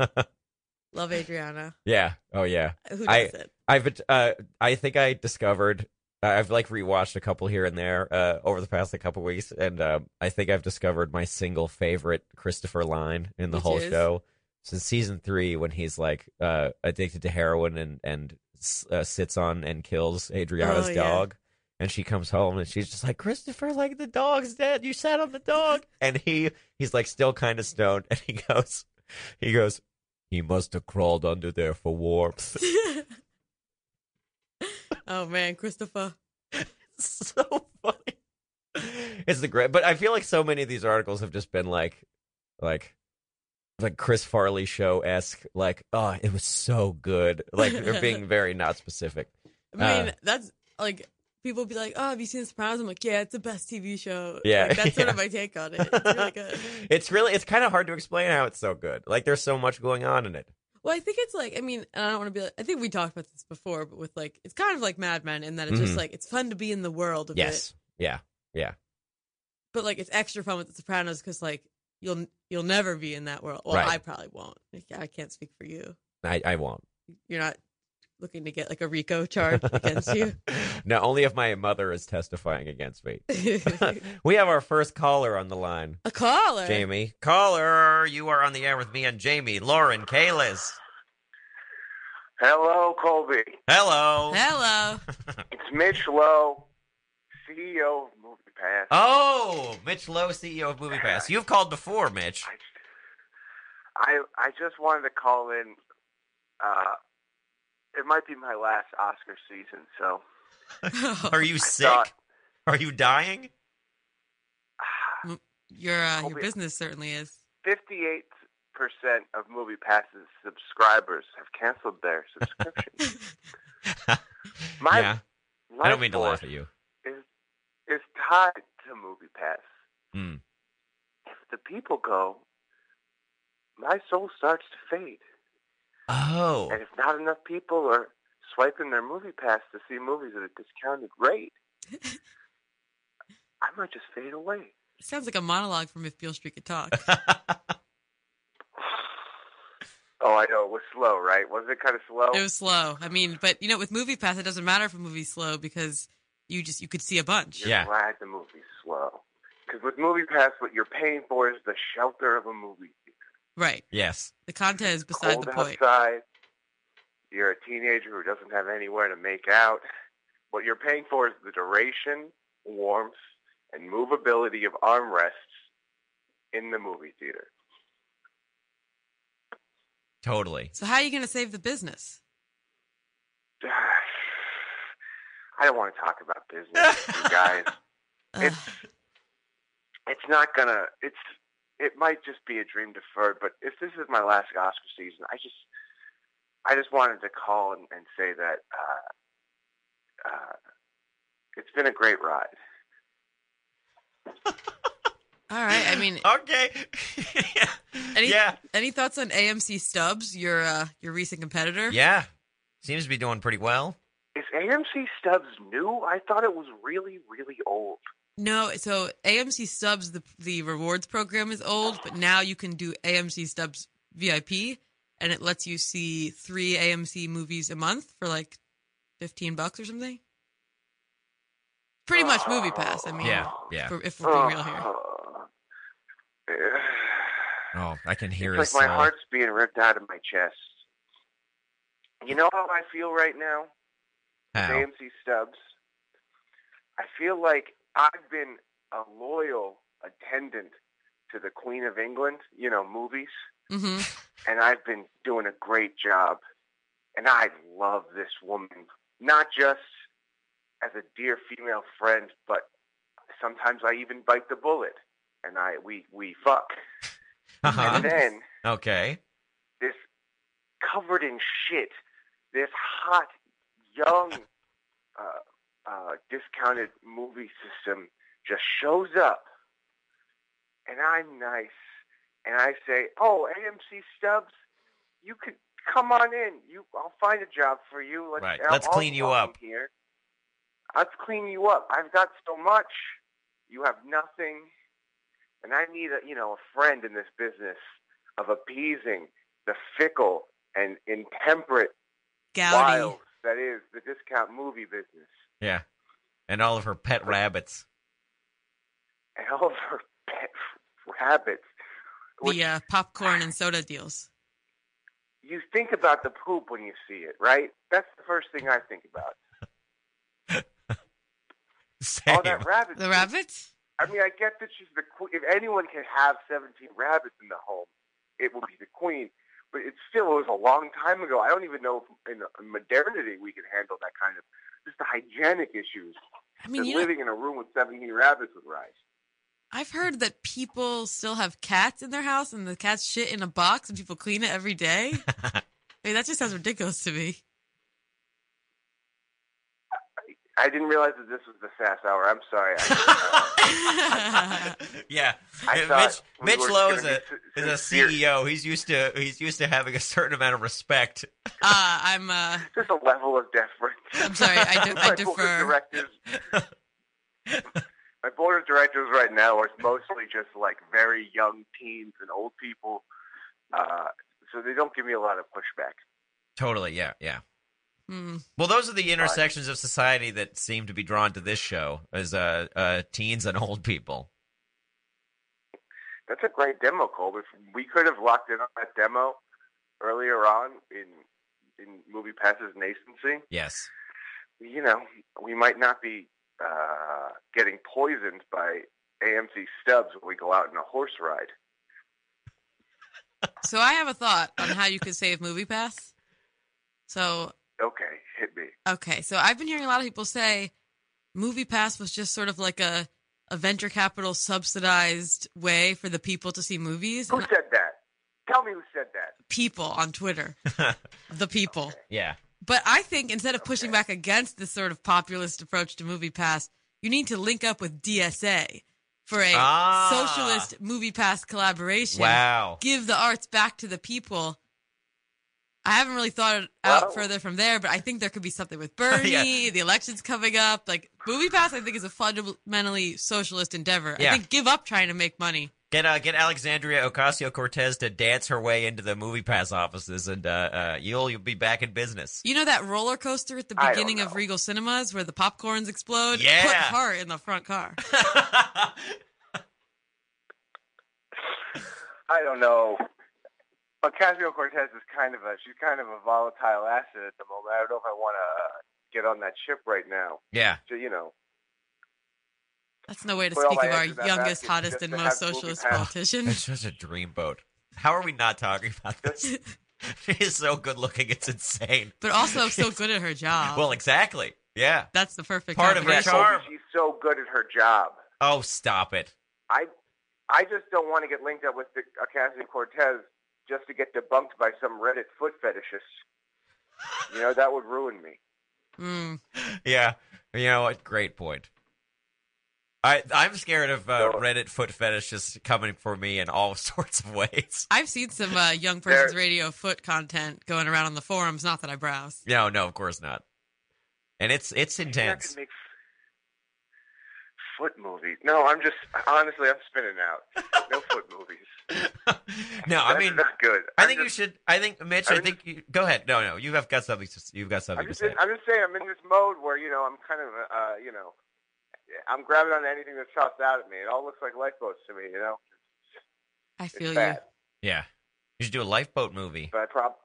Speaker 5: love Adriana.
Speaker 4: yeah. Oh yeah.
Speaker 5: Who
Speaker 4: I-
Speaker 5: does it?
Speaker 4: I've uh, I think I discovered I've like rewatched a couple here and there uh, over the past like, couple weeks, and um, I think I've discovered my single favorite Christopher line in the
Speaker 5: Which
Speaker 4: whole
Speaker 5: is?
Speaker 4: show since season three when he's like uh, addicted to heroin and and s- uh, sits on and kills Adriana's
Speaker 5: Oh, yeah.
Speaker 4: dog. And she comes home and she's just like Christopher, like the dog's dead. You sat on the dog, and he he's like still kind of stoned, and he goes, he goes, he must have crawled under there for warmth.
Speaker 5: oh man, Christopher.
Speaker 4: so funny. It's the great, but I feel like so many of these articles have just been like, like, like Chris Farley show esque. Like, oh, it was so good. Like they're being very not specific.
Speaker 5: I mean,
Speaker 4: Uh.
Speaker 5: that's like people be like, "Oh, have you seen The Sopranos?" I'm like, "Yeah, it's the best TV show."
Speaker 4: Yeah,
Speaker 5: Like, that's sort
Speaker 4: yeah.
Speaker 5: of my take on it. It's really good.
Speaker 4: it's really, it's kind of hard to explain how it's so good. Like there's so much going on in it.
Speaker 5: Well, I think it's like, I mean, and I don't want to be like, I think we talked about this before, but with like, it's kind of like Mad Men in that it's
Speaker 4: Mhm.
Speaker 5: just like, it's fun to be in the world of it.
Speaker 4: Yes. Yeah.
Speaker 5: but like it's extra fun with the Sopranos because like you'll you'll never be in that world. Well,
Speaker 4: Right.
Speaker 5: I probably won't. Like, I can't speak for you.
Speaker 4: I, I won't.
Speaker 5: You're not looking to get like a RICO charge against you.
Speaker 4: no, only if my mother is testifying against me.
Speaker 5: a
Speaker 4: we have our first caller on the line.
Speaker 5: caller.
Speaker 4: Jamie. Caller, you are on the air with me and Jamie, Lauren, Kalis.
Speaker 2: Hello, Colby.
Speaker 4: Hello.
Speaker 5: Hello.
Speaker 2: It's Mitch Lowe, CEO of Movie Pass.
Speaker 4: Oh, Mitch Lowe, CEO of Movie Pass. You've called before, Mitch.
Speaker 2: I I just wanted to call in. Uh, it might be my last Oscar season, so Uh,
Speaker 4: Are you sick?
Speaker 2: thought-
Speaker 4: Are you dying?
Speaker 5: your uh, your
Speaker 2: Hope it-
Speaker 5: business certainly is.
Speaker 2: fifty-eight percent of Movie Pass's subscribers have canceled their subscription. My
Speaker 4: yeah, I don't mean to laugh at you.
Speaker 2: Is is tied to Movie Pass.
Speaker 4: Mm.
Speaker 2: If the people go, my soul starts to fade.
Speaker 4: Oh,
Speaker 2: And if not enough people are swiping their movie pass to see movies at a discounted rate, I might just fade away.
Speaker 5: Sounds like a monologue from If Beale Street Could Talk.
Speaker 2: Oh, I know. It was slow, right? Wasn't it kind of slow?
Speaker 5: It was slow. I mean, but you know, with Movie Pass, it doesn't matter if a movie's slow because you just you could see a bunch.
Speaker 2: You're
Speaker 4: Yeah.
Speaker 2: glad the movie's slow. Because with movie pass, what you're paying for is the shelter of a movie.
Speaker 5: Right.
Speaker 4: yes.
Speaker 5: The content is beside
Speaker 2: Cold
Speaker 5: the point.
Speaker 2: outside. You're a teenager who doesn't have anywhere to make out. What you're paying for is the duration, warmth, and movability of armrests in the movie theater.
Speaker 4: Totally.
Speaker 5: So how are you going to save the business?
Speaker 2: I don't want to talk about business, with you guys.
Speaker 5: Ugh.
Speaker 2: It's not gonna. It's. It might just be a dream deferred. But if this is my last Oscar season, I just. I just wanted to call and, and say that uh, uh, it's been a great ride.
Speaker 5: All right. I mean,
Speaker 4: Okay.
Speaker 5: Any-
Speaker 4: yeah.
Speaker 5: any thoughts on AMC Stubbs, your uh, your recent competitor?
Speaker 4: Yeah. Seems to be doing pretty well.
Speaker 2: Is AMC Stubbs new? I thought it was really, really old.
Speaker 5: No. So AMC Stubbs, the the rewards program is old, but now you can do AMC Stubbs VIP, and it lets you see three AMC movies a month for like fifteen bucks or something. Pretty much Movie Pass.
Speaker 2: Oh.
Speaker 5: I mean,
Speaker 4: Yeah. Yeah.
Speaker 5: for- if we're being real here.
Speaker 4: Oh, I can hear
Speaker 2: it's
Speaker 4: his
Speaker 2: like my
Speaker 4: soul.
Speaker 2: heart's being ripped out of my chest. You know how I feel right now?
Speaker 4: How?
Speaker 2: AMC Stubbs. I feel like I've been a loyal attendant to the Queen of England, you know, movies,
Speaker 5: hmm
Speaker 2: and I've been doing a great job. And I love this woman, not just as a dear female friend, but sometimes I even bite the bullet, and I we we fuck.
Speaker 4: Uh-huh.
Speaker 2: And then
Speaker 4: Okay.
Speaker 2: this covered in shit, this hot, young, uh, uh, discounted movie system just shows up, and I'm nice, and I say, "Oh, AMC Stubbs, you could come on in. You, I'll find a job for you. Let's,
Speaker 4: Right.
Speaker 2: I'll-
Speaker 4: Let's
Speaker 2: I'll
Speaker 4: clean you
Speaker 2: welcome
Speaker 4: up."
Speaker 2: here. Let's clean you up. I've got so much. You have nothing." And I need a you know a friend in this business of appeasing the fickle and intemperate
Speaker 5: Gowdy.
Speaker 2: wild that is the discount movie business.
Speaker 4: Yeah. And all of her pet rabbits.
Speaker 2: And all of her pet rabbits. Which
Speaker 5: the uh, popcorn and soda deals.
Speaker 2: You think about the poop when you see it, right? That's the first thing I think about.
Speaker 4: Same.
Speaker 2: All that rabbit.
Speaker 5: The
Speaker 2: poop.
Speaker 5: rabbits?
Speaker 2: I mean, I get that she's the queen. If anyone can have 17 rabbits in the home, it will be the queen. But it still was a long time ago. I don't even know if in in modernity we can handle that kind of just the hygienic issues
Speaker 5: I mean,
Speaker 2: that
Speaker 5: you know,
Speaker 2: living in a room with 17 rabbits would rise.
Speaker 5: I've heard that people still have cats in their house and the cats shit in a box and people clean it every day. I mean, that just sounds ridiculous to me.
Speaker 2: I didn't realize that this was the Sass Hour. I'm sorry. I,
Speaker 4: yeah,
Speaker 2: I
Speaker 4: Uh,
Speaker 2: thought
Speaker 4: Mitch,
Speaker 2: we
Speaker 4: Mitch
Speaker 2: were
Speaker 4: Lowe
Speaker 2: gonna
Speaker 4: is a
Speaker 2: be
Speaker 4: is a
Speaker 2: sincere.
Speaker 4: CEO. He's used to he's used to having a certain amount of respect.
Speaker 5: uh, I'm uh,
Speaker 2: there's a level of deference.
Speaker 5: I'm sorry. I, de- I
Speaker 2: my board of
Speaker 5: defer.
Speaker 2: directors. my board of directors right now is mostly just like very young teens and old people, uh, so they don't give me a lot of pushback.
Speaker 4: Totally, yeah, yeah.
Speaker 5: Hmm.
Speaker 4: Well, those are the intersections of society that seem to be drawn to this show as uh, uh, teens and old people.
Speaker 2: That's a great demo, Cole. If we could have locked in on that demo earlier on in in movie passes nascency,
Speaker 4: Yes,
Speaker 2: you know, we might not be uh, getting poisoned by AMC stubs when we go out on a horse ride.
Speaker 5: So I have a thought on how you could save Movie Pass. So
Speaker 2: Okay, hit me.
Speaker 5: Okay, so I've been hearing a lot of people say Movie Pass was just sort of like a, a venture capital subsidized way for the people to see movies.
Speaker 2: Who
Speaker 5: And
Speaker 2: said that? Tell me who said that.
Speaker 5: people on Twitter, the people.
Speaker 4: yeah.
Speaker 5: But I think instead of pushing back against this sort of populist approach to Movie Pass, you need to link up with DSA for a
Speaker 4: Ah.
Speaker 5: socialist Movie Pass collaboration.
Speaker 4: Wow.
Speaker 5: Give the arts back to the people. I haven't really thought it out
Speaker 2: Wow.
Speaker 5: further from there, but I think there could be something with Bernie. The election's coming up. Like Movie Pass, I think is a fundamentally socialist endeavor.
Speaker 4: Yeah.
Speaker 5: I think give up trying to make money.
Speaker 4: Get uh, get Alexandria Ocasio Cortez to dance her way into the movie pass offices, and uh, uh, you'll you'll be back in business.
Speaker 5: You know that roller coaster at the
Speaker 2: I don't
Speaker 5: beginning of
Speaker 2: know.
Speaker 5: Regal Cinemas where the popcorns explode?
Speaker 4: Yeah.
Speaker 5: Put her in the front car.
Speaker 2: I don't know. Ocasio Cortez is kind of a she's kind of a volatile asset at the moment. I don't know if I want to get on that ship right now.
Speaker 4: yeah,
Speaker 2: So, you know,
Speaker 5: That's no way to
Speaker 2: Put all
Speaker 5: speak
Speaker 2: my
Speaker 5: of our
Speaker 2: eggs in that
Speaker 5: youngest,
Speaker 2: basket
Speaker 5: hottest,
Speaker 2: just
Speaker 5: and
Speaker 2: to
Speaker 5: most
Speaker 2: have movie
Speaker 5: socialist
Speaker 2: pass.
Speaker 5: politician.
Speaker 4: it's just a dreamboat. How are we not talking about this? She's so good looking, it's insane.
Speaker 5: But also so good at her job.
Speaker 4: Well, exactly. Yeah.
Speaker 5: That's the perfect
Speaker 4: part of her
Speaker 5: combination.
Speaker 4: charm.
Speaker 2: she's so good at her job.
Speaker 4: Oh, stop it.
Speaker 2: I I just don't want to get linked up with the Ocasio Cortez just to get debunked by some Reddit foot fetishist. You know, that would ruin me.
Speaker 5: Mm.
Speaker 4: Yeah. You know what? Great point. I I'm scared of uh,
Speaker 2: So-
Speaker 4: Reddit foot fetishes coming for me in all sorts of ways.
Speaker 5: I've seen some uh, young person's
Speaker 2: There-
Speaker 5: radio foot content going around on the forums. Not that I browse.
Speaker 4: No, no, of course not. And it's it's
Speaker 2: You're not
Speaker 4: intense.
Speaker 2: gonna make f- foot movies. No, I'm just honestly I'm spinning out. No foot movies.
Speaker 4: no, I
Speaker 2: That's
Speaker 4: mean,
Speaker 2: not good.
Speaker 4: I
Speaker 2: I'm
Speaker 4: think
Speaker 2: just-
Speaker 4: you should. I think Mitch. I
Speaker 2: I'm
Speaker 4: think you, go ahead. No, no, you have got something. To, you've got something
Speaker 2: I'm
Speaker 4: to
Speaker 2: just,
Speaker 4: say.
Speaker 2: in, I'm just saying, I'm in this mode where you know I'm kind of, uh, you know, I'm grabbing onto anything that's tossed out at me. It all looks like lifeboats to me, you know.
Speaker 5: I
Speaker 2: It's
Speaker 5: feel you.
Speaker 2: bad,
Speaker 4: yeah, you should do a lifeboat movie,
Speaker 2: but I prob-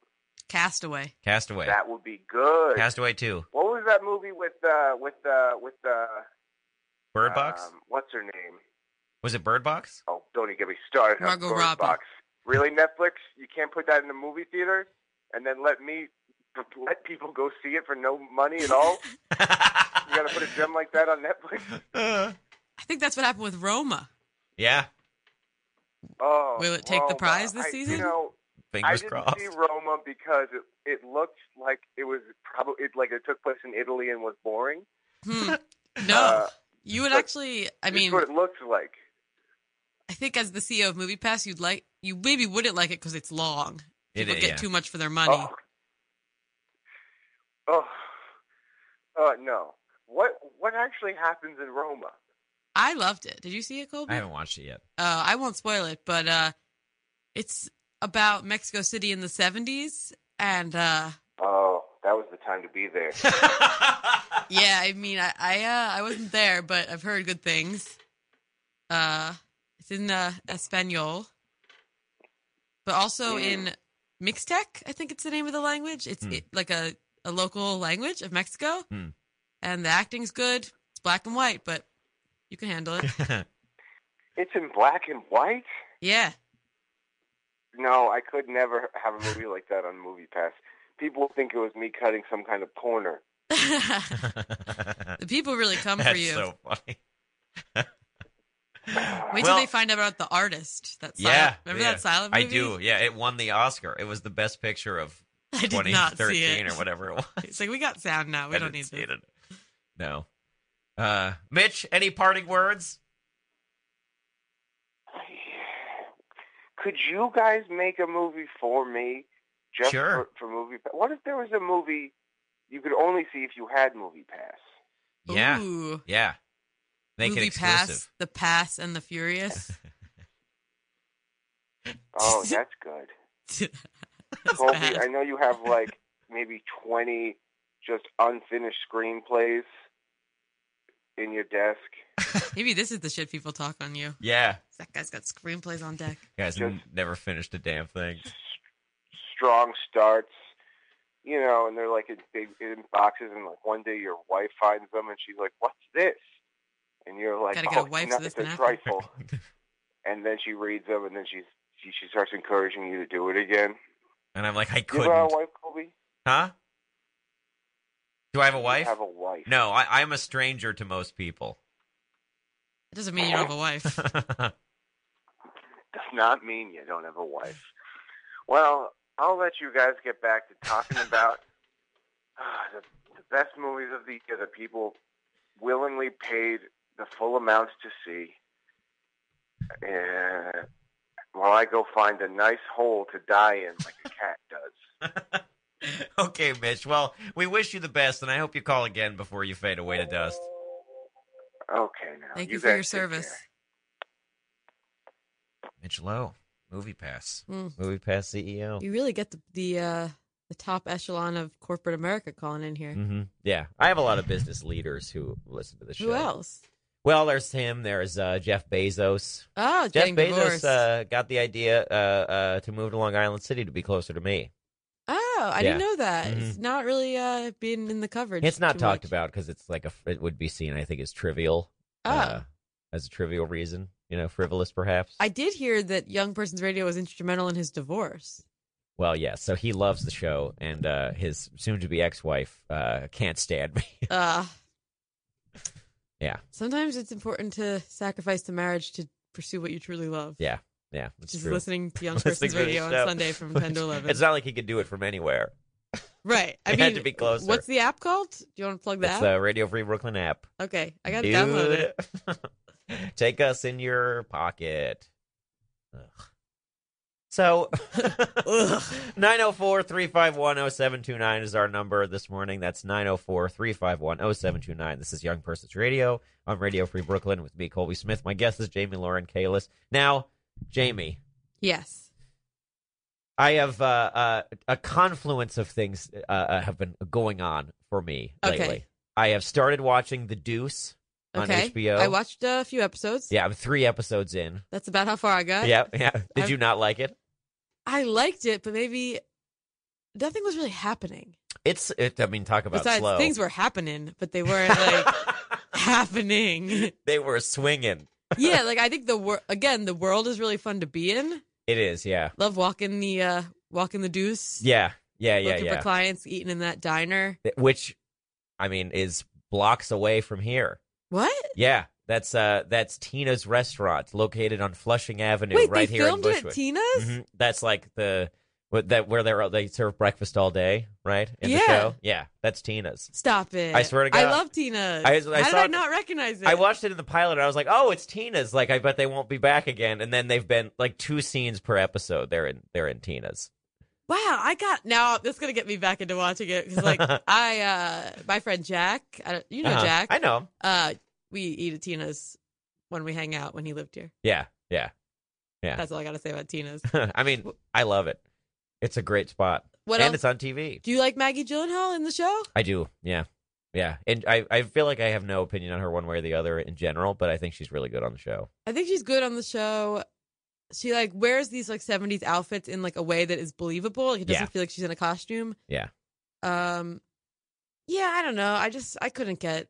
Speaker 5: Castaway.
Speaker 4: Castaway,
Speaker 2: that would be good.
Speaker 4: Castaway Two,
Speaker 2: what was that movie with uh, with uh, with uh,
Speaker 4: Bird Box.
Speaker 2: Um, what's her name?
Speaker 4: Was it Bird Box?
Speaker 2: Oh, don't even get me started. on
Speaker 5: Margot
Speaker 2: Bird
Speaker 5: Robbie.
Speaker 2: Box. Really, Netflix? You can't put that in the movie theater and then let me let people go see it for no money at all? you gotta put a gem like that on Netflix?
Speaker 5: I think that's what happened with Roma.
Speaker 4: yeah,
Speaker 2: Oh,
Speaker 5: Will it take the
Speaker 2: Roma.
Speaker 5: prize this
Speaker 2: I-
Speaker 5: season?
Speaker 2: You know, I
Speaker 4: fingers
Speaker 2: didn't
Speaker 4: crossed.
Speaker 2: see Roma because it, it looked like it was probably it, like it took place in Italy and was boring.
Speaker 5: Hmm. No,
Speaker 2: Uh,
Speaker 5: you would
Speaker 2: but
Speaker 5: actually. I mean,
Speaker 2: That's what it looked like.
Speaker 5: I think as the CEO of MoviePass, you'd like you maybe wouldn't like it because it's long.
Speaker 4: It-
Speaker 5: People
Speaker 4: it-
Speaker 5: get
Speaker 4: yeah.
Speaker 5: too much for their money.
Speaker 2: Oh. oh, oh no! What what actually happens in Roma?
Speaker 5: I loved it. Did you see it, Colby?
Speaker 4: I haven't watched it yet.
Speaker 5: uh, I won't spoil it, but uh, it's about Mexico City in the '70s, and uh,
Speaker 2: Oh, that was the time to be there.
Speaker 5: yeah, I mean, I I, uh, I wasn't there, but I've heard good things. Uh, it's in uh, Espanol, but also in Mixtec. I think it's the name of the language. It's
Speaker 4: Hmm.
Speaker 5: it, like a a local language of Mexico,
Speaker 4: Hmm.
Speaker 5: and the acting's good. It's black and white, but you can handle it.
Speaker 2: It's in black and white.
Speaker 5: yeah,
Speaker 2: No, I could never have a movie like that on Movie Pass. People would think it was me cutting some kind of corner.
Speaker 5: the people really come for
Speaker 4: That's
Speaker 5: you.
Speaker 4: so funny.
Speaker 5: Wait
Speaker 4: Well-
Speaker 5: till they find out about the artist. That silent,
Speaker 4: Yeah,
Speaker 5: remember
Speaker 4: yeah.
Speaker 5: that silent
Speaker 4: I
Speaker 5: movie?
Speaker 4: do. Yeah, it won the Oscar. It was the best picture of
Speaker 5: I did not see
Speaker 4: 2013
Speaker 5: it.
Speaker 4: or whatever it was.
Speaker 5: It's like we got sound now. We
Speaker 4: I
Speaker 5: don't
Speaker 4: didn't
Speaker 5: need
Speaker 4: see
Speaker 5: this.
Speaker 4: it. No. Uh, Mitch, any parting words?
Speaker 2: Could you guys make a movie for me? Just
Speaker 4: Sure.
Speaker 2: for, for movie. Pa- What if there was a movie you could only see if you had Movie Pass?
Speaker 4: Yeah,
Speaker 5: Ooh.
Speaker 4: yeah. Make
Speaker 5: Movie
Speaker 4: it
Speaker 5: Pass,
Speaker 4: exclusive.
Speaker 5: The Pass, and The Furious.
Speaker 2: Oh, that's good.
Speaker 5: That's
Speaker 2: Colby,
Speaker 5: bad.
Speaker 2: I know you have like maybe twenty just unfinished screenplays in your desk.
Speaker 5: Maybe this is the shit people talk on you.
Speaker 4: Yeah,
Speaker 5: That guy's got screenplays on deck.
Speaker 4: guys,
Speaker 2: Just-
Speaker 4: n- never finished a damn thing.
Speaker 2: S- strong starts, you know, and they're like in, big, in boxes, and like one day your wife finds them, and she's like, "What's this?" And you're like,
Speaker 5: Gotta get
Speaker 2: "Oh,
Speaker 5: a wife
Speaker 2: it's, not,
Speaker 5: so this
Speaker 2: it's a
Speaker 5: can happen."
Speaker 2: trifle." and then she reads them, and then she's she, she starts encouraging you to do it again.
Speaker 4: And I'm like, I
Speaker 2: You ever have
Speaker 4: couldn't.
Speaker 2: a wife, Colby?
Speaker 4: Huh? Do I have a
Speaker 2: You
Speaker 4: wife?
Speaker 2: Have a wife?
Speaker 4: No, I, I'm a stranger to most people.
Speaker 5: It doesn't mean you don't have a wife.
Speaker 2: does not mean you don't have a wife. Well, I'll let you guys get back to talking about ah, the, the best movies of the year that people willingly paid the full amounts to see. And while I go find a nice hole to die in, like a cat does.
Speaker 4: okay, Mitch. Well, we wish you the best, and I hope you call again before you fade away to dust.
Speaker 2: Okay, now.
Speaker 5: Thank you, for your
Speaker 2: guys take
Speaker 5: service.
Speaker 2: care.
Speaker 4: Mitch Lowe, Movie Pass,
Speaker 5: Mm.
Speaker 4: Movie Pass E CEO.
Speaker 5: You really get the the, uh, the top echelon of corporate America calling in here.
Speaker 4: hmm Yeah, I have a lot of business leaders who listen to the show.
Speaker 5: Who else?
Speaker 4: Well, there's him. There's uh, Jeff Bezos.
Speaker 5: Oh,
Speaker 4: Jeff
Speaker 5: getting
Speaker 4: Bezos
Speaker 5: divorced.
Speaker 4: uh, got the idea uh, uh, to move to Long Island City to be closer to me.
Speaker 5: oh, I didn't
Speaker 4: yeah. Mm-hmm.
Speaker 5: know that. It's not really uh, being in the coverage.
Speaker 4: It's not
Speaker 5: too
Speaker 4: talked
Speaker 5: much.
Speaker 4: about because it's like a it would be seen, I think, as trivial,
Speaker 5: Oh.
Speaker 4: uh, as a trivial reason. You know, frivolous perhaps.
Speaker 5: I did hear that Young Persons Radio was instrumental in his divorce.
Speaker 4: Well, yeah. So he loves the show, and uh, his soon-to-be ex-wife uh, can't stand me.
Speaker 5: Uh,
Speaker 4: Yeah.
Speaker 5: Sometimes it's important to sacrifice the marriage to pursue what you truly love.
Speaker 4: Yeah, yeah, it's
Speaker 5: Which is
Speaker 4: true.
Speaker 5: listening to Young
Speaker 4: Listening
Speaker 5: Persons
Speaker 4: to the
Speaker 5: Radio on
Speaker 4: show.
Speaker 5: Sunday from 10 to 11.
Speaker 4: It's not like he could do it from anywhere.
Speaker 5: right. I
Speaker 4: It
Speaker 5: mean,
Speaker 4: had to be closer. uh,
Speaker 5: what's the app called? Do you want to plug
Speaker 4: That's
Speaker 5: that?
Speaker 4: the Radio Free Brooklyn app.
Speaker 5: okay. I got to
Speaker 4: Dude.
Speaker 5: download it.
Speaker 4: Take us in your pocket. Ugh. So, 904 351 0729 is our number this morning. That's 904 351 0729. This is Young Persons Radio on Radio Free Brooklyn with me, Colby Smith. My guest is Jamie Lauren Kalis. Now, Jamie,
Speaker 5: Yes.
Speaker 4: I have uh, uh, a confluence of things uh, uh, have been going on for me
Speaker 5: Okay.
Speaker 4: lately. I have started watching The Deuce on
Speaker 5: Okay.
Speaker 4: HBO.
Speaker 5: I watched a few episodes.
Speaker 4: Yeah, I'm three episodes in.
Speaker 5: That's about how far I got.
Speaker 4: yeah, yeah. Did
Speaker 5: I've-
Speaker 4: you not like it?
Speaker 5: I liked it, but maybe nothing was really happening.
Speaker 4: It's. It, I mean, talk about
Speaker 5: Besides,
Speaker 4: slow.
Speaker 5: things were happening, but they weren't like happening.
Speaker 4: they were swinging.
Speaker 5: yeah, like I think the wor- again the world is really fun to be in.
Speaker 4: It is. Yeah.
Speaker 5: Love walking the uh walking the deuce.
Speaker 4: Yeah. Yeah. Yeah.
Speaker 5: looking
Speaker 4: Yeah.
Speaker 5: for clients, eating in that diner.
Speaker 4: Th- Which, I mean, is blocks away from here.
Speaker 5: What?
Speaker 4: Yeah. That's uh. That's Tina's restaurant located on Flushing Avenue,
Speaker 5: Wait,
Speaker 4: right
Speaker 5: they
Speaker 4: here in
Speaker 5: filmed it
Speaker 4: Bushwick.
Speaker 5: at Tina's?
Speaker 4: Mhm. That's like the what that where they're they serve breakfast all day, right? In the
Speaker 5: Yeah.
Speaker 4: show. Yeah. That's Tina's.
Speaker 5: Stop it!
Speaker 4: I swear to
Speaker 5: I
Speaker 4: God.
Speaker 5: love Tina's.
Speaker 4: I- I
Speaker 5: How did
Speaker 4: saw
Speaker 5: I
Speaker 4: it-
Speaker 5: not recognize it?
Speaker 4: I watched it in the pilot. And I was like, "Oh, it's Tina's." Like, I bet they won't be back again. And then they've been like two scenes per episode. They're in they're in Tina's.
Speaker 5: Wow, I got now. This is gonna get me back into watching it because, like, I, uh my friend Jack, I don't, you know
Speaker 4: Uh-huh.
Speaker 5: Jack.
Speaker 4: I know.
Speaker 5: Uh, we eat at Tina's when we hang out when he lived here.
Speaker 4: Yeah, yeah. Yeah.
Speaker 5: That's all I gotta say about Tina's.
Speaker 4: I mean, I love it. It's a great spot,
Speaker 5: What
Speaker 4: and
Speaker 5: else?
Speaker 4: it's on TV.
Speaker 5: Do you like Maggie Gyllenhaal in the show?
Speaker 4: I do. Yeah, yeah. And I I feel like I have no opinion on her one way or the other in general, but I think she's really good on the show.
Speaker 5: I think she's good on the show. She like wears these like seventies outfits in like a way that is believable. Like it doesn't
Speaker 4: Yeah.
Speaker 5: feel like she's in a costume.
Speaker 4: Yeah.
Speaker 5: Um. Yeah, I don't know. I just I couldn't get.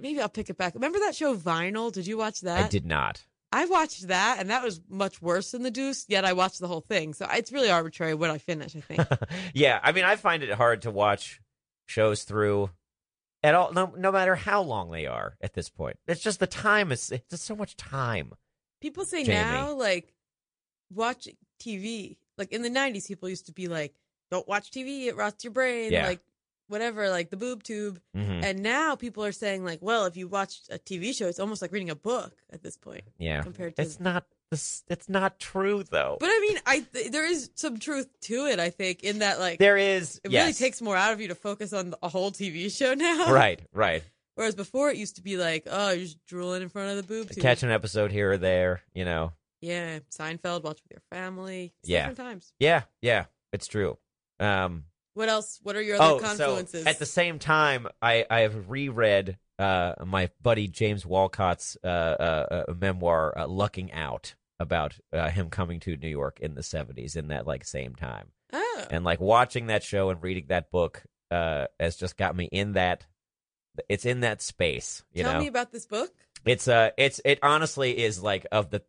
Speaker 5: Maybe I'll pick it back. Remember that show Vinyl? Did you watch that?
Speaker 4: I did not.
Speaker 5: I watched that, and that was much worse than The Deuce. Yet I watched the whole thing, so it's really arbitrary what I finish. I think.
Speaker 4: yeah, I mean, I find it hard to watch shows through at all, no, no matter how long they are at this point. It's just the time is it's just so much time.
Speaker 5: People say
Speaker 4: Jamie.
Speaker 5: now, like, watch TV. Like in the '90s, people used to be like, "Don't watch TV; it rots your brain."
Speaker 4: Yeah.
Speaker 5: Like, whatever, like the boob tube.
Speaker 4: Mhm.
Speaker 5: And now people are saying, like, "Well, if you watched a TV show, it's almost like reading a book at this point."
Speaker 4: Yeah,
Speaker 5: Compared to,
Speaker 4: it's not this. It's not true though.
Speaker 5: but I mean, I there is some truth to it. I think in that, like,
Speaker 4: there is.
Speaker 5: it really
Speaker 4: yes.
Speaker 5: takes more out of you to focus on a whole TV show now,
Speaker 4: right, right.
Speaker 5: Whereas before, it used to be like, "Oh, you're just drooling in front of the boob tube."
Speaker 4: Catch an episode here or there. You know.
Speaker 5: Yeah, Seinfeld, watch with your family. It's
Speaker 4: Yeah.
Speaker 5: different times.
Speaker 4: Yeah, yeah. It's true. Um,
Speaker 5: What else? What are your
Speaker 4: oh,
Speaker 5: other confluences?
Speaker 4: so at the same time, I I have reread uh my buddy James Walcott's uh, uh uh, memoir uh, "Lucking Out" about uh, him coming to New York in the seventies in that like same time,
Speaker 5: oh,
Speaker 4: and like watching that show and reading that book uh has just got me in that. It's in that space, you
Speaker 5: tell
Speaker 4: know.
Speaker 5: me about this book.
Speaker 4: It's uh it's it honestly is like of the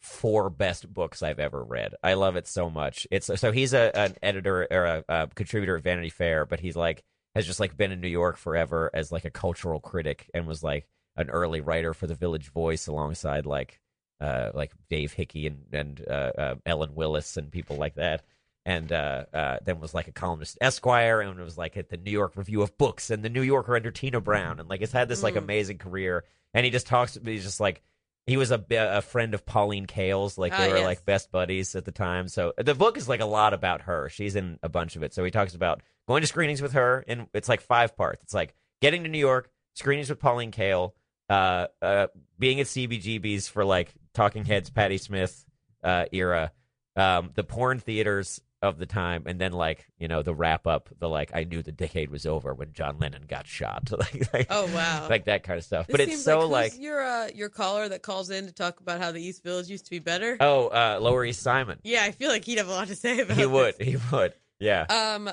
Speaker 4: four best books I've ever read. I love it so much. It's so he's a an editor or a, a contributor at Vanity Fair, but he's like has just like been in New York forever as like a cultural critic and was like an early writer for the Village Voice alongside like uh like Dave Hickey and and uh, uh Ellen Willis and people like that. and uh, uh, then was like a columnist at Esquire, and was like at the New York Review of Books and the New Yorker under Tina Brown, and like has had this like
Speaker 5: Mm.
Speaker 4: amazing career. And he just talks. He's just like he was a, a friend of Pauline Kael's, like they
Speaker 5: Ah,
Speaker 4: were
Speaker 5: yes.
Speaker 4: like best buddies at the time. So the book is like a lot about her. She's in a bunch of it. So he talks about going to screenings with her, and it's like five parts. It's like getting to New York, screenings with Pauline Kael, uh, uh, being at CBGB's for like Talking Heads, Patti Smith uh, era, um, the porn theaters of the time, and then like you know the wrap up, the like I knew the decade was over when John Lennon got shot, like, like,
Speaker 5: Oh wow.
Speaker 4: like that kind of stuff.
Speaker 5: This
Speaker 4: but it's
Speaker 5: seems
Speaker 4: so
Speaker 5: like,
Speaker 4: like,
Speaker 5: who's your uh, your caller that calls in to talk about how the East Village used to be better.
Speaker 4: oh, uh, Lower East Simon,
Speaker 5: yeah, I feel like he'd have a lot to say about.
Speaker 4: he
Speaker 5: this.
Speaker 4: would, he would, yeah.
Speaker 5: Um,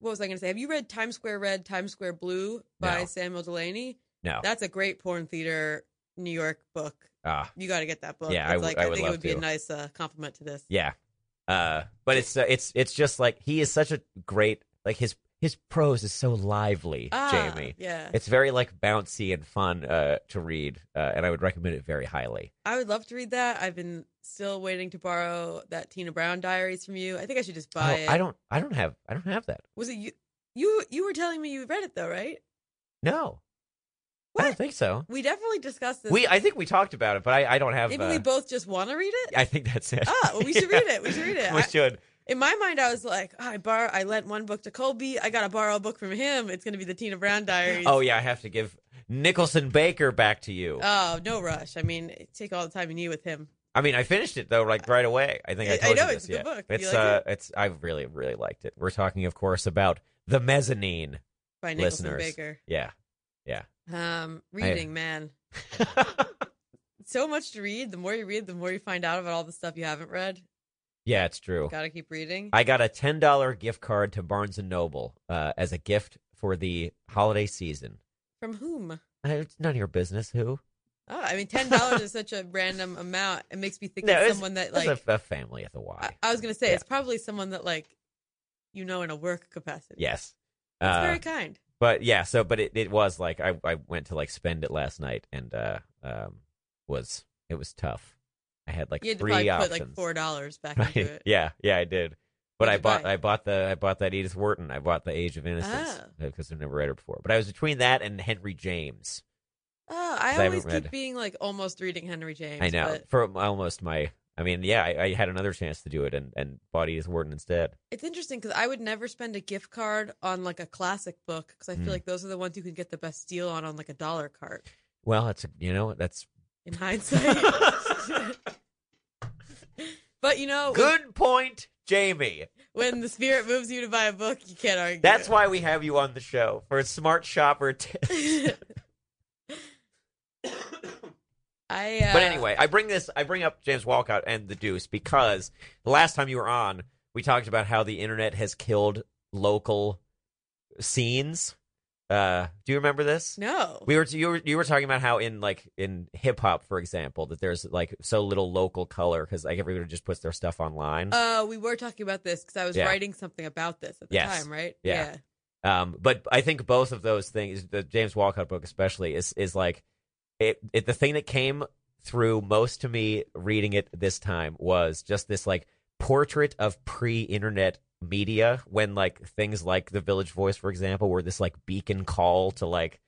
Speaker 5: what was I going to say? Have you read Times Square Red, Times Square Blue by
Speaker 4: No. Oh.
Speaker 5: Samuel Delaney?
Speaker 4: No.
Speaker 5: That's a great porn theater New York book.
Speaker 4: Ah,
Speaker 5: You got to get that book.
Speaker 4: Yeah, I
Speaker 5: it's
Speaker 4: w-
Speaker 5: like
Speaker 4: I
Speaker 5: I,
Speaker 4: would
Speaker 5: think it
Speaker 4: love
Speaker 5: would be
Speaker 4: to.
Speaker 5: a nice uh, compliment to this.
Speaker 4: Yeah. Uh, but it's uh, it's it's just like he is such a great like his his prose is so lively,
Speaker 5: Ah,
Speaker 4: Jamie.
Speaker 5: Yeah,
Speaker 4: It's very like bouncy and fun uh, to read, uh, and I would recommend it very highly.
Speaker 5: I would love to read that. I've been still waiting to borrow that Tina Brown diaries from you. I think I should just buy
Speaker 4: Oh,
Speaker 5: it.
Speaker 4: I don't I don't have I don't have that.
Speaker 5: Was it you? You you were telling me you read it though, right?
Speaker 4: No, I don't
Speaker 5: What?
Speaker 4: think so.
Speaker 5: We definitely discussed this.
Speaker 4: We I think we talked about it, but I, I don't have.
Speaker 5: maybe
Speaker 4: uh,
Speaker 5: we both just want to read it.
Speaker 4: I think that's it.
Speaker 5: Ah, well, we should read it. We should read it.
Speaker 4: we
Speaker 5: I-
Speaker 4: should.
Speaker 5: In my mind, I was like, oh, I borrow, I lent one book to Colby. I gotta borrow a book from him. It's gonna be the Tina Brown diaries.
Speaker 4: Oh yeah, I have to give Nicholson Baker back to you.
Speaker 5: Oh, no rush. I mean, take all the time you need with him.
Speaker 4: I mean, I finished it though, like right away. I think I
Speaker 5: I- I
Speaker 4: told
Speaker 5: know,
Speaker 4: you
Speaker 5: it's
Speaker 4: this.
Speaker 5: a good
Speaker 4: yeah.
Speaker 5: book. You
Speaker 4: It's
Speaker 5: like
Speaker 4: uh, it's I really really liked it. We're talking, of course, about the mezzanine.
Speaker 5: By Nicholson
Speaker 4: Listeners.
Speaker 5: Baker.
Speaker 4: Yeah,
Speaker 5: Um, reading, man, so much to read. The more you read, the more you find out about all the stuff you haven't read.
Speaker 4: yeah, it's true.
Speaker 5: Gotta keep reading.
Speaker 4: I got a ten dollar gift card to Barnes and Noble uh, as a gift for the holiday season.
Speaker 5: From whom?
Speaker 4: Uh, It's none of your business who.
Speaker 5: Oh, I mean, ten dollars is such a random amount. It makes me think
Speaker 4: No,
Speaker 5: of
Speaker 4: it's-
Speaker 5: someone that
Speaker 4: That's
Speaker 5: like.
Speaker 4: a, a family at the Y.
Speaker 5: I, I was gonna say
Speaker 4: Yeah.
Speaker 5: it's probably someone that like, you know, in a work capacity.
Speaker 4: yes.
Speaker 5: it's
Speaker 4: Uh,
Speaker 5: very kind.
Speaker 4: but yeah, so but it, it was like I, I went to like spend it last night and uh um was it was tough. I had like
Speaker 5: You had to
Speaker 4: three
Speaker 5: probably
Speaker 4: options.
Speaker 5: put like four dollars back
Speaker 4: Right.
Speaker 5: into it.
Speaker 4: Yeah, yeah, I did. But
Speaker 5: What'd
Speaker 4: I
Speaker 5: you
Speaker 4: bought
Speaker 5: buy?
Speaker 4: I bought the I bought that Edith Wharton. I bought the Age of Innocence
Speaker 5: Ah.
Speaker 4: because I've never read it before. But I was between that and Henry James.
Speaker 5: Oh,
Speaker 4: I
Speaker 5: I always
Speaker 4: haven't read-
Speaker 5: keep being like almost reading Henry James.
Speaker 4: I know
Speaker 5: But
Speaker 4: for almost my. I mean, yeah, I, I had another chance to do it and and bought Edith Wharton instead.
Speaker 5: it's interesting because I would never spend a gift card on like a classic book because I
Speaker 4: Mm.
Speaker 5: feel like those are the ones you can get the best deal on on like a dollar cart.
Speaker 4: Well, that's you know that's
Speaker 5: In hindsight. but you know, when-
Speaker 4: good point, Jamie.
Speaker 5: when, the spirit moves you to buy a book, you can't argue.
Speaker 4: That's why we have you on the show for smart shopper tips.
Speaker 5: I. Uh,
Speaker 4: But anyway, I bring this, I bring up James Walcott and the Deuce because the last time you were on, we talked about how the internet has killed local scenes. Uh, do you remember this?
Speaker 5: no.
Speaker 4: We were you were you were talking about how in like in hip hop, for example, that there's like so little local color because like everybody just puts their stuff online.
Speaker 5: uh, we were talking about this because I was
Speaker 4: Yeah.
Speaker 5: writing something about this at the
Speaker 4: Yes.
Speaker 5: time, right?
Speaker 4: Yeah. Um, but I think both of those things, the James Walcott book especially, is is like it, it. The thing that came through most to me reading it this time was just this like portrait of pre-internet media when like things like the Village Voice, for example, were this like beacon call to like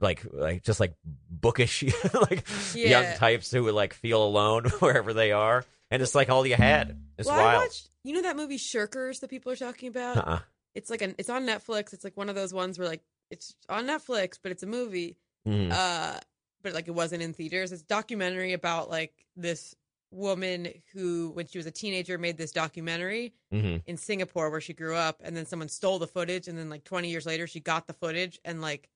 Speaker 4: like like just like bookish like young
Speaker 5: Yeah.
Speaker 4: types who would like feel alone wherever they are, and it's like all you had. It's
Speaker 5: well, I
Speaker 4: wild.
Speaker 5: watched. uh, You know that movie Shirkers that people are talking about?
Speaker 4: uh-uh.
Speaker 5: it's like an it's on Netflix. It's like one of those ones where like it's on Netflix, but it's a movie.
Speaker 4: Mhm.
Speaker 5: Uh, but like it wasn't in theaters. It's a documentary about like this woman who, when she was a teenager, made this documentary
Speaker 4: Mhm.
Speaker 5: in Singapore where she grew up, and then someone stole the footage, and then like 20 years later, she got the footage, and like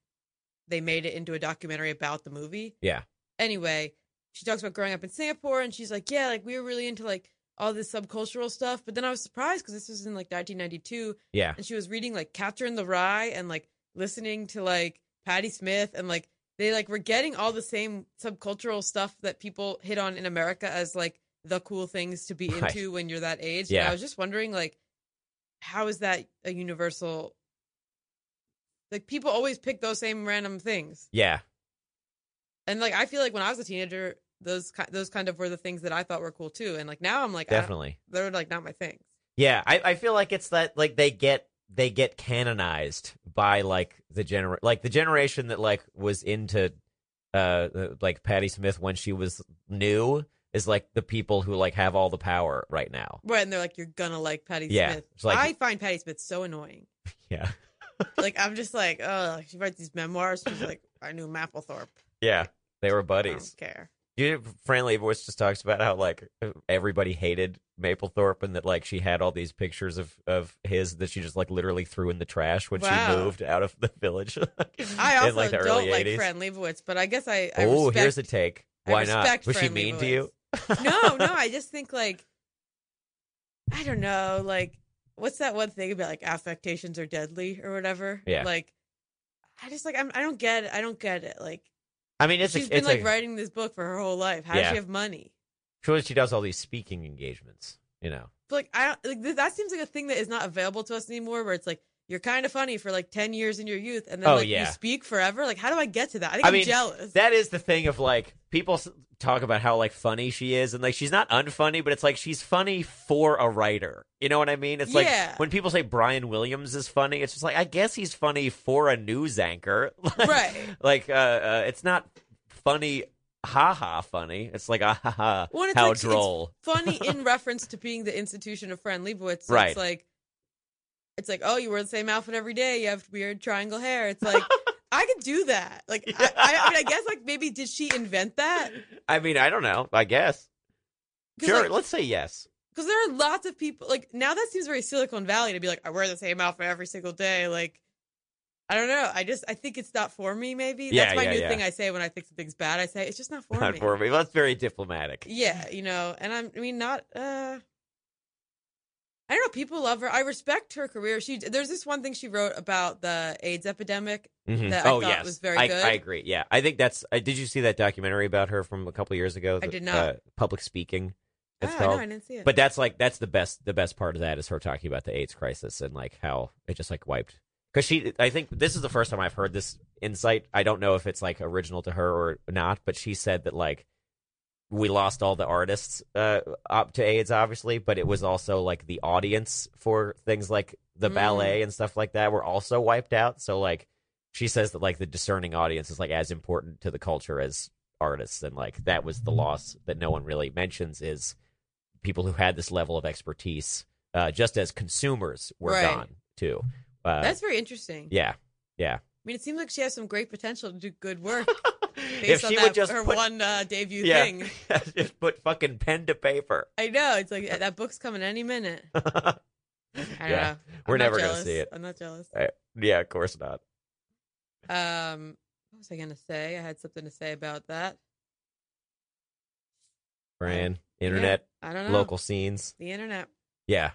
Speaker 5: they made it into a documentary about the movie.
Speaker 4: Yeah.
Speaker 5: Anyway, she talks about growing up in Singapore, and she's like, yeah, like we were really into like all this subcultural stuff, but then I was surprised because this was in like 1992
Speaker 4: Yeah.
Speaker 5: and she was reading like Catcher in the Rye and like listening to like Patti Smith and like they like were getting all the same subcultural stuff that people hit on in America as like the cool things to be
Speaker 4: Right.
Speaker 5: into when you're that age. And
Speaker 4: Yeah.
Speaker 5: I was just wondering like how is that a universal like people always pick those same random things.
Speaker 4: Yeah.
Speaker 5: And like I feel like when I was a teenager those ki- those kind of were the things that I thought were cool too. And like now I'm like I don't-
Speaker 4: Definitely.
Speaker 5: they're like not my things.
Speaker 4: Yeah, I, I feel like it's that like they get they get canonized by like the gener like the generation that like was into uh like Patti Smith when she was new is like the people who like have all the power right now.
Speaker 5: Right, and they're like, you're gonna like Patty
Speaker 4: Yeah,
Speaker 5: Smith.
Speaker 4: it's like-
Speaker 5: I find Patty Smith so annoying.
Speaker 4: Yeah.
Speaker 5: like I'm just like, oh, she writes these memoirs. She's like, I knew Mapplethorpe.
Speaker 4: Yeah. They were
Speaker 5: I
Speaker 4: buddies.
Speaker 5: don't care.
Speaker 4: You, Fran Lebowitz just talks about how like everybody hated Maplethorpe and that like she had all these pictures of of his that she just like literally threw in the trash when she
Speaker 5: Wow.
Speaker 4: moved out of the village.
Speaker 5: I also
Speaker 4: in, like, the
Speaker 5: don't
Speaker 4: early
Speaker 5: like
Speaker 4: 80s.
Speaker 5: Fran Leibowitz, but I guess I. I
Speaker 4: Oh,
Speaker 5: respect,
Speaker 4: here's a take.
Speaker 5: I
Speaker 4: Why not?
Speaker 5: respect
Speaker 4: Was she
Speaker 5: Fran
Speaker 4: mean to you?
Speaker 5: Leibowitz. no, no. I just think like, I don't know. Like, what's that one thing about like affectations are deadly or whatever?
Speaker 4: Yeah.
Speaker 5: Like, I just like I'm, I don't get it. I don't get it. Like,
Speaker 4: I mean,
Speaker 5: she's
Speaker 4: it's a,
Speaker 5: been
Speaker 4: it's
Speaker 5: like
Speaker 4: a,
Speaker 5: writing this book for her whole life. How
Speaker 4: Yeah.
Speaker 5: does she have money?
Speaker 4: sure she does all these speaking engagements. You know,
Speaker 5: But, like I don't like th- that seems like a thing that is not available to us anymore. Where it's like you're kind of funny for like ten years in your youth, and then
Speaker 4: Oh,
Speaker 5: like
Speaker 4: yeah.
Speaker 5: you speak forever. Like how do I get to that? I think
Speaker 4: I
Speaker 5: I am
Speaker 4: mean,
Speaker 5: jealous.
Speaker 4: that is the thing of like people s- talk about how like funny she is and like she's not unfunny, but it's like she's funny for a writer. You know what I mean? It's
Speaker 5: Yeah.
Speaker 4: like when people say Brian Williams is funny, it's just like I guess he's funny for a news anchor, Like-
Speaker 5: Right.
Speaker 4: Like uh, uh it's not funny, ha ha funny. It's like ah ha ha,
Speaker 5: Well, it's
Speaker 4: how
Speaker 5: like she- it's
Speaker 4: droll.
Speaker 5: funny in reference to being the institution of Fran Lebowitz. So
Speaker 4: Right.
Speaker 5: It's like, it's like, oh, you wear the same outfit every day. You have weird triangle hair. It's like, I could do that. Like, I, I, I mean, I guess like maybe did she invent that?
Speaker 4: I mean, I don't know. I guess sure.
Speaker 5: Because
Speaker 4: let's say yes.
Speaker 5: there are lots of people. Like now that seems very Silicon Valley to be like, I wear the same outfit every single day. Like. I don't know. I just I think it's not for me. Maybe
Speaker 4: Yeah,
Speaker 5: that's my
Speaker 4: yeah,
Speaker 5: new
Speaker 4: yeah.
Speaker 5: thing I say when I think something's bad. I say it's just not for
Speaker 4: Not
Speaker 5: me.
Speaker 4: for me. That's very diplomatic.
Speaker 5: Yeah, you know, and I'm, I mean, not. uh I don't know. People love her. I respect her career. She there's this one thing she wrote about the AIDS epidemic.
Speaker 4: Mhm.
Speaker 5: that I
Speaker 4: oh
Speaker 5: thought
Speaker 4: yes,
Speaker 5: was very
Speaker 4: I,
Speaker 5: good.
Speaker 4: I agree. Yeah, I think that's. I, did you see that documentary about her from a couple years ago? that,
Speaker 5: did not.
Speaker 4: Uh, public speaking. It's
Speaker 5: oh,
Speaker 4: called.
Speaker 5: no, I didn't see it.
Speaker 4: But that's like that's the best. The best part of that is her talking about the AIDS crisis and like how it just like wiped. Because she, I think this is the first time I've heard this insight. I don't know if it's like original to her or not, but she said that like we lost all the artists uh, up to AIDS, obviously, but it was also like the audience for things like the
Speaker 5: Mm.
Speaker 4: ballet and stuff like that were also wiped out. So like she says that like the discerning audience is like as important to the culture as artists, and like that was the loss that no one really mentions is people who had this level of expertise, uh, just as consumers were
Speaker 5: Right.
Speaker 4: gone too. Uh,
Speaker 5: that's very interesting.
Speaker 4: yeah.
Speaker 5: I mean, it seems like she has some great potential to do good work
Speaker 4: If
Speaker 5: based on
Speaker 4: she
Speaker 5: that,
Speaker 4: would just
Speaker 5: her
Speaker 4: put,
Speaker 5: one uh, debut
Speaker 4: yeah,
Speaker 5: thing.
Speaker 4: just put fucking pen to paper.
Speaker 5: I know. It's like eh, that book's coming any minute. I don't
Speaker 4: Yeah,
Speaker 5: know.
Speaker 4: We're
Speaker 5: I'm not
Speaker 4: never going to
Speaker 5: jealous.
Speaker 4: see it.
Speaker 5: I'm not jealous.
Speaker 4: Yeah, of course not.
Speaker 5: Um, what was I going to say? I had something to say about that.
Speaker 4: Brian, internet,
Speaker 5: I don't know.
Speaker 4: local scenes.
Speaker 5: The internet.
Speaker 4: Yeah.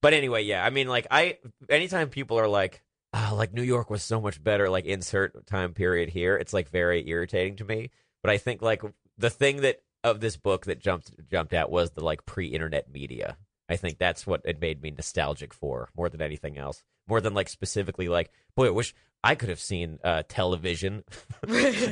Speaker 4: But anyway, yeah. I mean, like, I, anytime people are like, oh, like New York was so much better, like, insert time period here, it's like very irritating to me. But I think, like, the thing that of this book that jumped jumped out was the like pre-internet media. I think that's what it made me nostalgic for more than anything else. More than like specifically like, boy, I wish I could have seen uh television.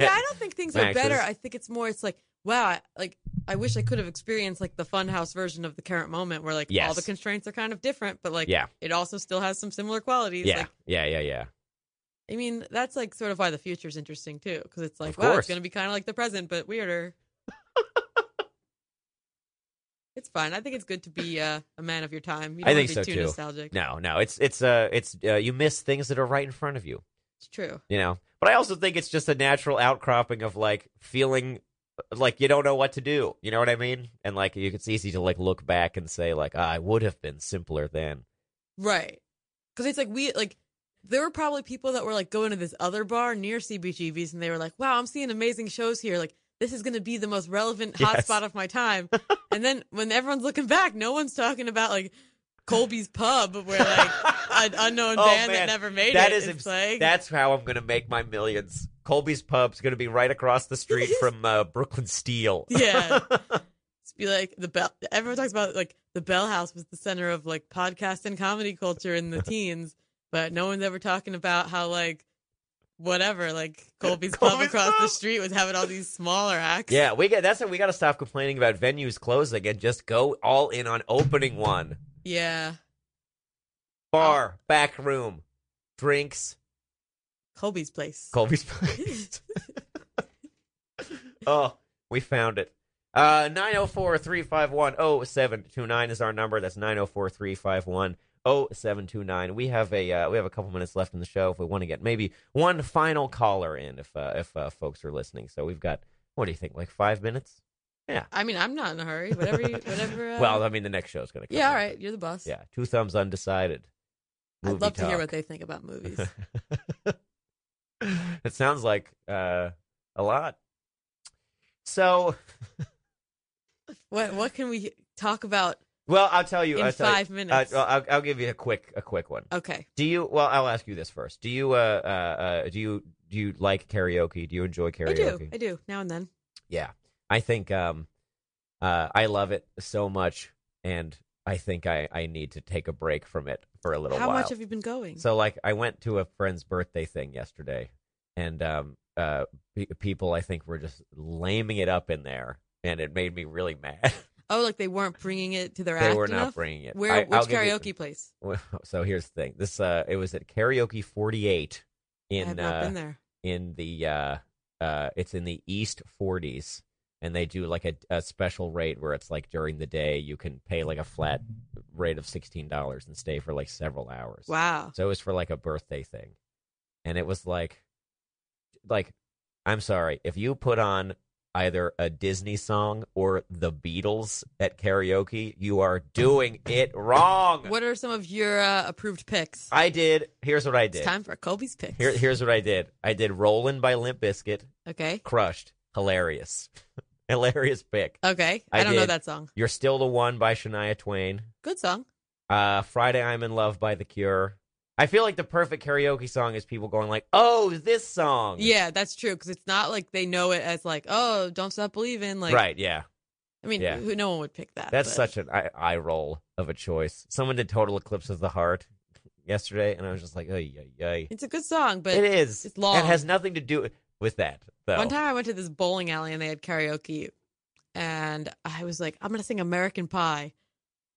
Speaker 5: Yeah, I don't think things are
Speaker 4: Max's.
Speaker 5: better. I think it's more. It's like wow, I, like I wish I could have experienced like the funhouse version of the current moment, where like all
Speaker 4: Yes.
Speaker 5: the constraints are kind of different, but like
Speaker 4: Yeah.
Speaker 5: it also still has some similar qualities.
Speaker 4: Yeah.
Speaker 5: Like,
Speaker 4: yeah, yeah, yeah.
Speaker 5: I mean, that's like sort of why the future's interesting too, because it's
Speaker 4: Of
Speaker 5: like wow,
Speaker 4: course.
Speaker 5: it's going to be kind of like the present, but weirder. it's fun. I think it's good to be uh, a man of your time. You don't
Speaker 4: I
Speaker 5: wanna
Speaker 4: think
Speaker 5: be
Speaker 4: so,
Speaker 5: too
Speaker 4: too.
Speaker 5: nostalgic.
Speaker 4: No, no, it's it's uh it's uh, you miss things that are right in front of you,
Speaker 5: It's true.
Speaker 4: you know. But I also think it's just a natural outcropping of like feeling like you don't know what to do. You know what I mean? And like you, it's easy to like look back and say like ah, I would have been simpler then.
Speaker 5: Right. Because it's like we like there were probably people that were like going to this other bar near CBGB's and they were like, "Wow, I'm seeing amazing shows here. Like this is going to be the most relevant hotspot
Speaker 4: Yes.
Speaker 5: of my time." and then when everyone's looking back, no one's talking about like Colby's Pub where like an unknown
Speaker 4: Oh,
Speaker 5: band
Speaker 4: man.
Speaker 5: that never made
Speaker 4: That
Speaker 5: it
Speaker 4: is
Speaker 5: is
Speaker 4: abs-
Speaker 5: playing.
Speaker 4: That's how I'm gonna make my millions. Colby's Pub's gonna be right across the street from uh, Brooklyn Steel.
Speaker 5: yeah. Just be like the bell. Everyone talks about like the Bell House was the center of like podcast and comedy culture in the teens, but no one's ever talking about how like whatever like Colby's, pub
Speaker 4: Colby's
Speaker 5: across the
Speaker 4: Pub.
Speaker 5: street was having all these smaller acts.
Speaker 4: Yeah, we get that's what we got to stop complaining about venues closing and just go all in on opening one.
Speaker 5: Yeah.
Speaker 4: Bar, back room, drinks,
Speaker 5: Colby's place.
Speaker 4: Colby's place. oh, we found it. Uh, 904-351-0729 is our number. That's 904-351-0729. We have a uh, we have a couple minutes left in the show if we want to get maybe one final caller in if uh, if uh, folks are listening. So we've got what do you think? Like 5 minutes?
Speaker 5: I mean, I'm not in a hurry. Whatever. You, whatever. Uh,
Speaker 4: well, I mean the next show's going to come.
Speaker 5: yeah.
Speaker 4: up.
Speaker 5: All right. You're the boss.
Speaker 4: Yeah, two thumbs undecided.
Speaker 5: I'd
Speaker 4: Movie
Speaker 5: love to hear
Speaker 4: talk.
Speaker 5: what they think about movies.
Speaker 4: it sounds like uh, a lot. So,
Speaker 5: what What can we talk about
Speaker 4: well, I'll tell you.
Speaker 5: in
Speaker 4: I'll tell you-
Speaker 5: five minutes?
Speaker 4: Uh, I'll, I'll give you a quick, a quick one.
Speaker 5: okay.
Speaker 4: Do you? Well, I'll ask you this first. Do you? Uh, uh, uh, do you? Do you like karaoke? Do you enjoy karaoke?
Speaker 5: I do. I do now and then.
Speaker 4: Yeah, I think um, uh, I love it so much, and I think I I need to take a break from it for a little
Speaker 5: How
Speaker 4: while.
Speaker 5: much have you been going?
Speaker 4: So like I went to a friend's birthday thing yesterday, and um, uh, pe- people I think were just laming it up in there, and it made me really mad.
Speaker 5: oh, like they weren't bringing it to their
Speaker 4: they
Speaker 5: act
Speaker 4: were
Speaker 5: enough?
Speaker 4: not bringing it.
Speaker 5: Where?
Speaker 4: I-
Speaker 5: which
Speaker 4: I'll give you-
Speaker 5: karaoke place?
Speaker 4: so here's the thing. This uh, it was at karaoke 48
Speaker 5: I have
Speaker 4: in
Speaker 5: not
Speaker 4: uh,
Speaker 5: been there.
Speaker 4: in the uh, uh, it's in the East 40s. And they do like a, a special rate where it's like during the day you can pay like a flat rate of sixteen dollars and stay for like several hours.
Speaker 5: Wow.
Speaker 4: So it was for like a birthday thing. And it was like like I'm sorry, if you put on either a Disney song or the Beatles at karaoke, you are doing it wrong.
Speaker 5: What are some of your uh, approved picks?
Speaker 4: I did, here's what I
Speaker 5: It's
Speaker 4: did.
Speaker 5: time for Colby's picks.
Speaker 4: Here, here's what I did. I did Rollin' by Limp Biscuit,
Speaker 5: Okay.
Speaker 4: crushed, hilarious. hilarious pick.
Speaker 5: Okay.
Speaker 4: I
Speaker 5: I, don't know
Speaker 4: did.
Speaker 5: that song.
Speaker 4: You're Still the One by Shania Twain.
Speaker 5: Good song.
Speaker 4: Uh, Friday I'm in Love by The Cure. I feel like the perfect karaoke song is people going like, "Oh, this song."
Speaker 5: Yeah, that's true because it's not like they know it as like, oh, don't stop believing. Like,
Speaker 4: right, yeah.
Speaker 5: I mean,
Speaker 4: Yeah.
Speaker 5: who, no one would pick that.
Speaker 4: That's
Speaker 5: but-
Speaker 4: such an eye, eye roll of a choice. Someone did Total Eclipse of the Heart yesterday, and I was just like, "Ay, ay, ay."
Speaker 5: It's a good song, but
Speaker 4: It is.
Speaker 5: it's long.
Speaker 4: It has nothing to do with that, though.
Speaker 5: One time I went to this bowling alley and they had karaoke, and I was like, I'm gonna sing American Pie.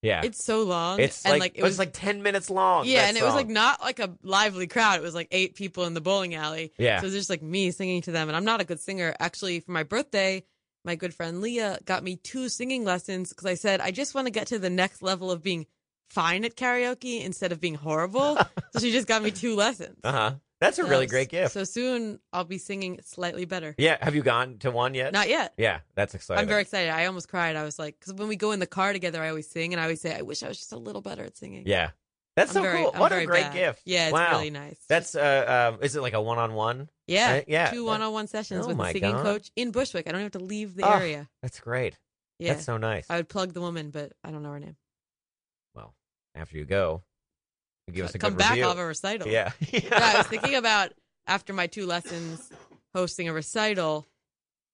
Speaker 4: yeah,
Speaker 5: It's so long.
Speaker 4: It's
Speaker 5: and
Speaker 4: like,
Speaker 5: like
Speaker 4: it was like ten minutes long.
Speaker 5: yeah,
Speaker 4: that
Speaker 5: and it was
Speaker 4: song.
Speaker 5: like not like a lively crowd. It was like eight people in the bowling alley.
Speaker 4: Yeah.
Speaker 5: So it was just like me singing to them, and I'm not a good singer. Actually, for my birthday, my good friend Leah got me two singing lessons because I said I just want to get to the next level of being fine at karaoke instead of being horrible. so she just got me two lessons.
Speaker 4: uh huh. That's a really
Speaker 5: So-
Speaker 4: great gift.
Speaker 5: So soon I'll be singing slightly better.
Speaker 4: yeah, have you gone to one yet?
Speaker 5: Not yet.
Speaker 4: yeah, that's exciting.
Speaker 5: I'm very excited. I almost cried. I was like, because when we go in the car together, I always sing, and I always say, I wish I was just a little better at singing.
Speaker 4: Yeah, that's
Speaker 5: I'm
Speaker 4: so
Speaker 5: very-
Speaker 4: cool.
Speaker 5: I'm
Speaker 4: what a
Speaker 5: very
Speaker 4: great
Speaker 5: bad.
Speaker 4: gift.
Speaker 5: Yeah, it's
Speaker 4: wow.
Speaker 5: really nice.
Speaker 4: That's uh, um, is it like a one on one?
Speaker 5: yeah,
Speaker 4: uh, yeah,
Speaker 5: Two
Speaker 4: that-
Speaker 5: one-on-one sessions
Speaker 4: Oh
Speaker 5: with
Speaker 4: my
Speaker 5: a singing
Speaker 4: God.
Speaker 5: coach in Bushwick. I don't have to leave the
Speaker 4: Oh,
Speaker 5: area.
Speaker 4: That's great.
Speaker 5: Yeah,
Speaker 4: That's so nice.
Speaker 5: I would plug the woman, but I don't know her name.
Speaker 4: well, after you go, you give us a
Speaker 5: Come
Speaker 4: good
Speaker 5: back
Speaker 4: review.
Speaker 5: off a recital.
Speaker 4: Yeah.
Speaker 5: yeah, I was thinking about after my two lessons hosting a recital.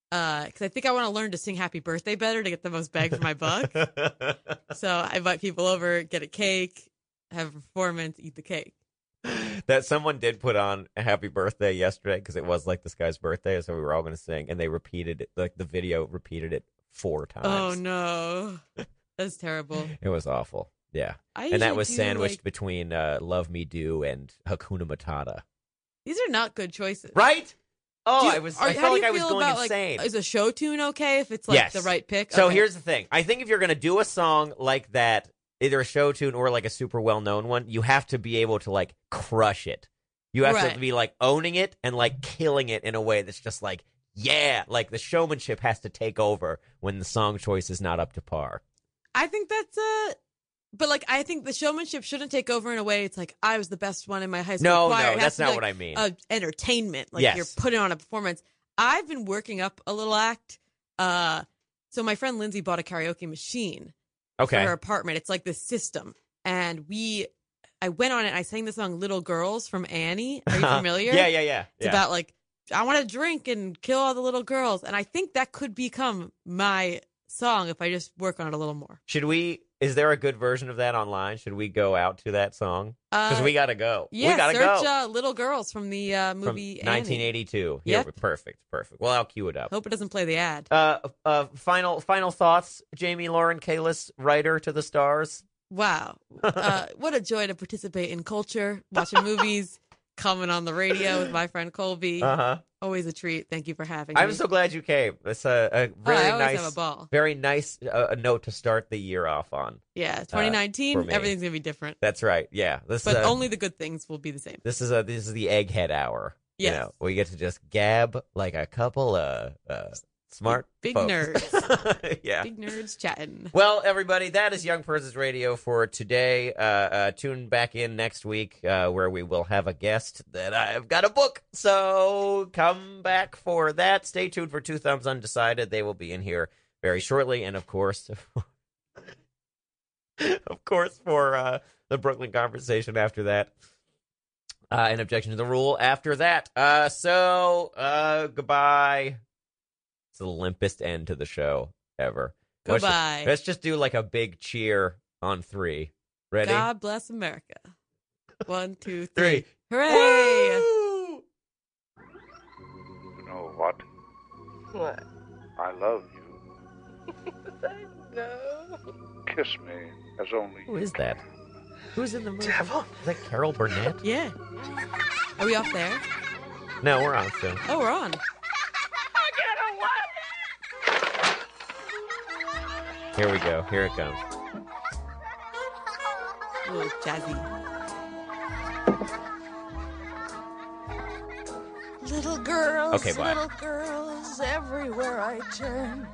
Speaker 5: Because I think I want to learn to sing "Happy Birthday" better to get the most bang for my buck. so I invite people over, get a cake, have a performance, eat the cake.
Speaker 4: that someone did put on a happy birthday yesterday because it was like this guy's birthday, so we were all going to sing, and they repeated it. Like the video repeated it four times.
Speaker 5: Oh no, that's terrible.
Speaker 4: It was awful. Yeah,
Speaker 5: I
Speaker 4: and that
Speaker 5: usually
Speaker 4: was
Speaker 5: do,
Speaker 4: sandwiched
Speaker 5: like-
Speaker 4: between uh, "Love Me Do" and "Hakuna Matata."
Speaker 5: these are not good choices,
Speaker 4: Right? Oh,
Speaker 5: Do you-
Speaker 4: I was.
Speaker 5: are-
Speaker 4: I
Speaker 5: how
Speaker 4: felt
Speaker 5: do
Speaker 4: like
Speaker 5: you
Speaker 4: I was
Speaker 5: feel
Speaker 4: going
Speaker 5: about, like,
Speaker 4: insane.
Speaker 5: is a show tune okay if it's like
Speaker 4: Yes.
Speaker 5: the right pick?
Speaker 4: So
Speaker 5: Okay.
Speaker 4: here's the thing. I think if you're going to do a song like that, either a show tune or like a super well known one, you have to be able to like crush it. You have to
Speaker 5: Right.
Speaker 4: be like owning it and like killing it in a way that's just like, yeah, like the showmanship has to take over when the song choice is not up to par.
Speaker 5: I think that's a. But like, I think the showmanship shouldn't take over in a way. It's like I was the best one in my high school
Speaker 4: No,
Speaker 5: choir. It
Speaker 4: no,
Speaker 5: has
Speaker 4: that's
Speaker 5: to be,
Speaker 4: not
Speaker 5: like,
Speaker 4: what I mean.
Speaker 5: uh, entertainment. Like
Speaker 4: Yes.
Speaker 5: you're putting on a performance. I've been working up a little act. Uh, so my friend Lindsay bought a karaoke machine
Speaker 4: okay.
Speaker 5: for her apartment. It's like this system, and we, I went on it. I sang the song "Little Girls" from Annie. Are you familiar?
Speaker 4: yeah, yeah, yeah.
Speaker 5: It's
Speaker 4: yeah.
Speaker 5: about like I want to drink and kill all the little girls, and I think that could become my song if I just work on it a little more.
Speaker 4: Should we? Is there a good version of that online? Should we go out to that song? Because
Speaker 5: Uh,
Speaker 4: we gotta go.
Speaker 5: yeah,
Speaker 4: we gotta
Speaker 5: search
Speaker 4: go.
Speaker 5: Uh, "Little Girls" from the uh,
Speaker 4: From
Speaker 5: movie Annie.
Speaker 4: 1982. Yeah,
Speaker 5: Yep.
Speaker 4: perfect, perfect. Well, I'll cue it up.
Speaker 5: Hope it doesn't play the ad.
Speaker 4: uh, uh, final final thoughts, Jamie Lauren Kalis, writer to the stars.
Speaker 5: Wow. Uh, what a joy to participate in culture, watching movies, comment on the radio with my friend Colby.
Speaker 4: Uh huh.
Speaker 5: Always a treat. Thank you for having me.
Speaker 4: I'm so glad you came. That's a, a
Speaker 5: Oh,
Speaker 4: really
Speaker 5: I always have
Speaker 4: nice,
Speaker 5: a ball.
Speaker 4: very nice uh, note to start the year off on.
Speaker 5: Yeah,
Speaker 4: uh, for
Speaker 5: 2019,
Speaker 4: me.
Speaker 5: everything's going to be different.
Speaker 4: That's right. Yeah. This
Speaker 5: But
Speaker 4: is a,
Speaker 5: only the good things will be the same.
Speaker 4: this is a this is the egghead hour.
Speaker 5: Yes.
Speaker 4: You know, we get to just gab like a couple of uh, smart
Speaker 5: Big
Speaker 4: folks.
Speaker 5: nerds.
Speaker 4: yeah.
Speaker 5: Big nerds chatting.
Speaker 4: Well, everybody, that is Young Persons Radio for today. Uh, uh, tune back in next week uh, where we will have a guest that I've got a book. So come back for that. Stay tuned for Two Thumbs Undecided. They will be in here very shortly. And of course, of course, for uh, the Brooklyn conversation after that. Uh, an objection to the rule after that. Uh, so, uh, goodbye. It's the limpest end to the show ever. What's the-
Speaker 5: Goodbye.
Speaker 4: Let's just do like a big cheer on three. Ready?
Speaker 5: God bless America. One, two, three.
Speaker 4: Three.
Speaker 5: Hooray!
Speaker 4: Woo!
Speaker 2: You know what?
Speaker 6: What?
Speaker 2: I love you.
Speaker 6: No.
Speaker 2: Kiss me as only
Speaker 4: Who is that? Who's in the movie?
Speaker 6: Devil.
Speaker 4: Is that Carol Burnett?
Speaker 5: Yeah. Are we off there?
Speaker 4: No, we're on soon.
Speaker 5: Oh, we're on.
Speaker 6: I got a what?
Speaker 4: Here we go. Here it comes.
Speaker 5: Ooh, jazzy.
Speaker 6: Little girls,
Speaker 4: Okay, bye.
Speaker 6: little girls, everywhere I turn.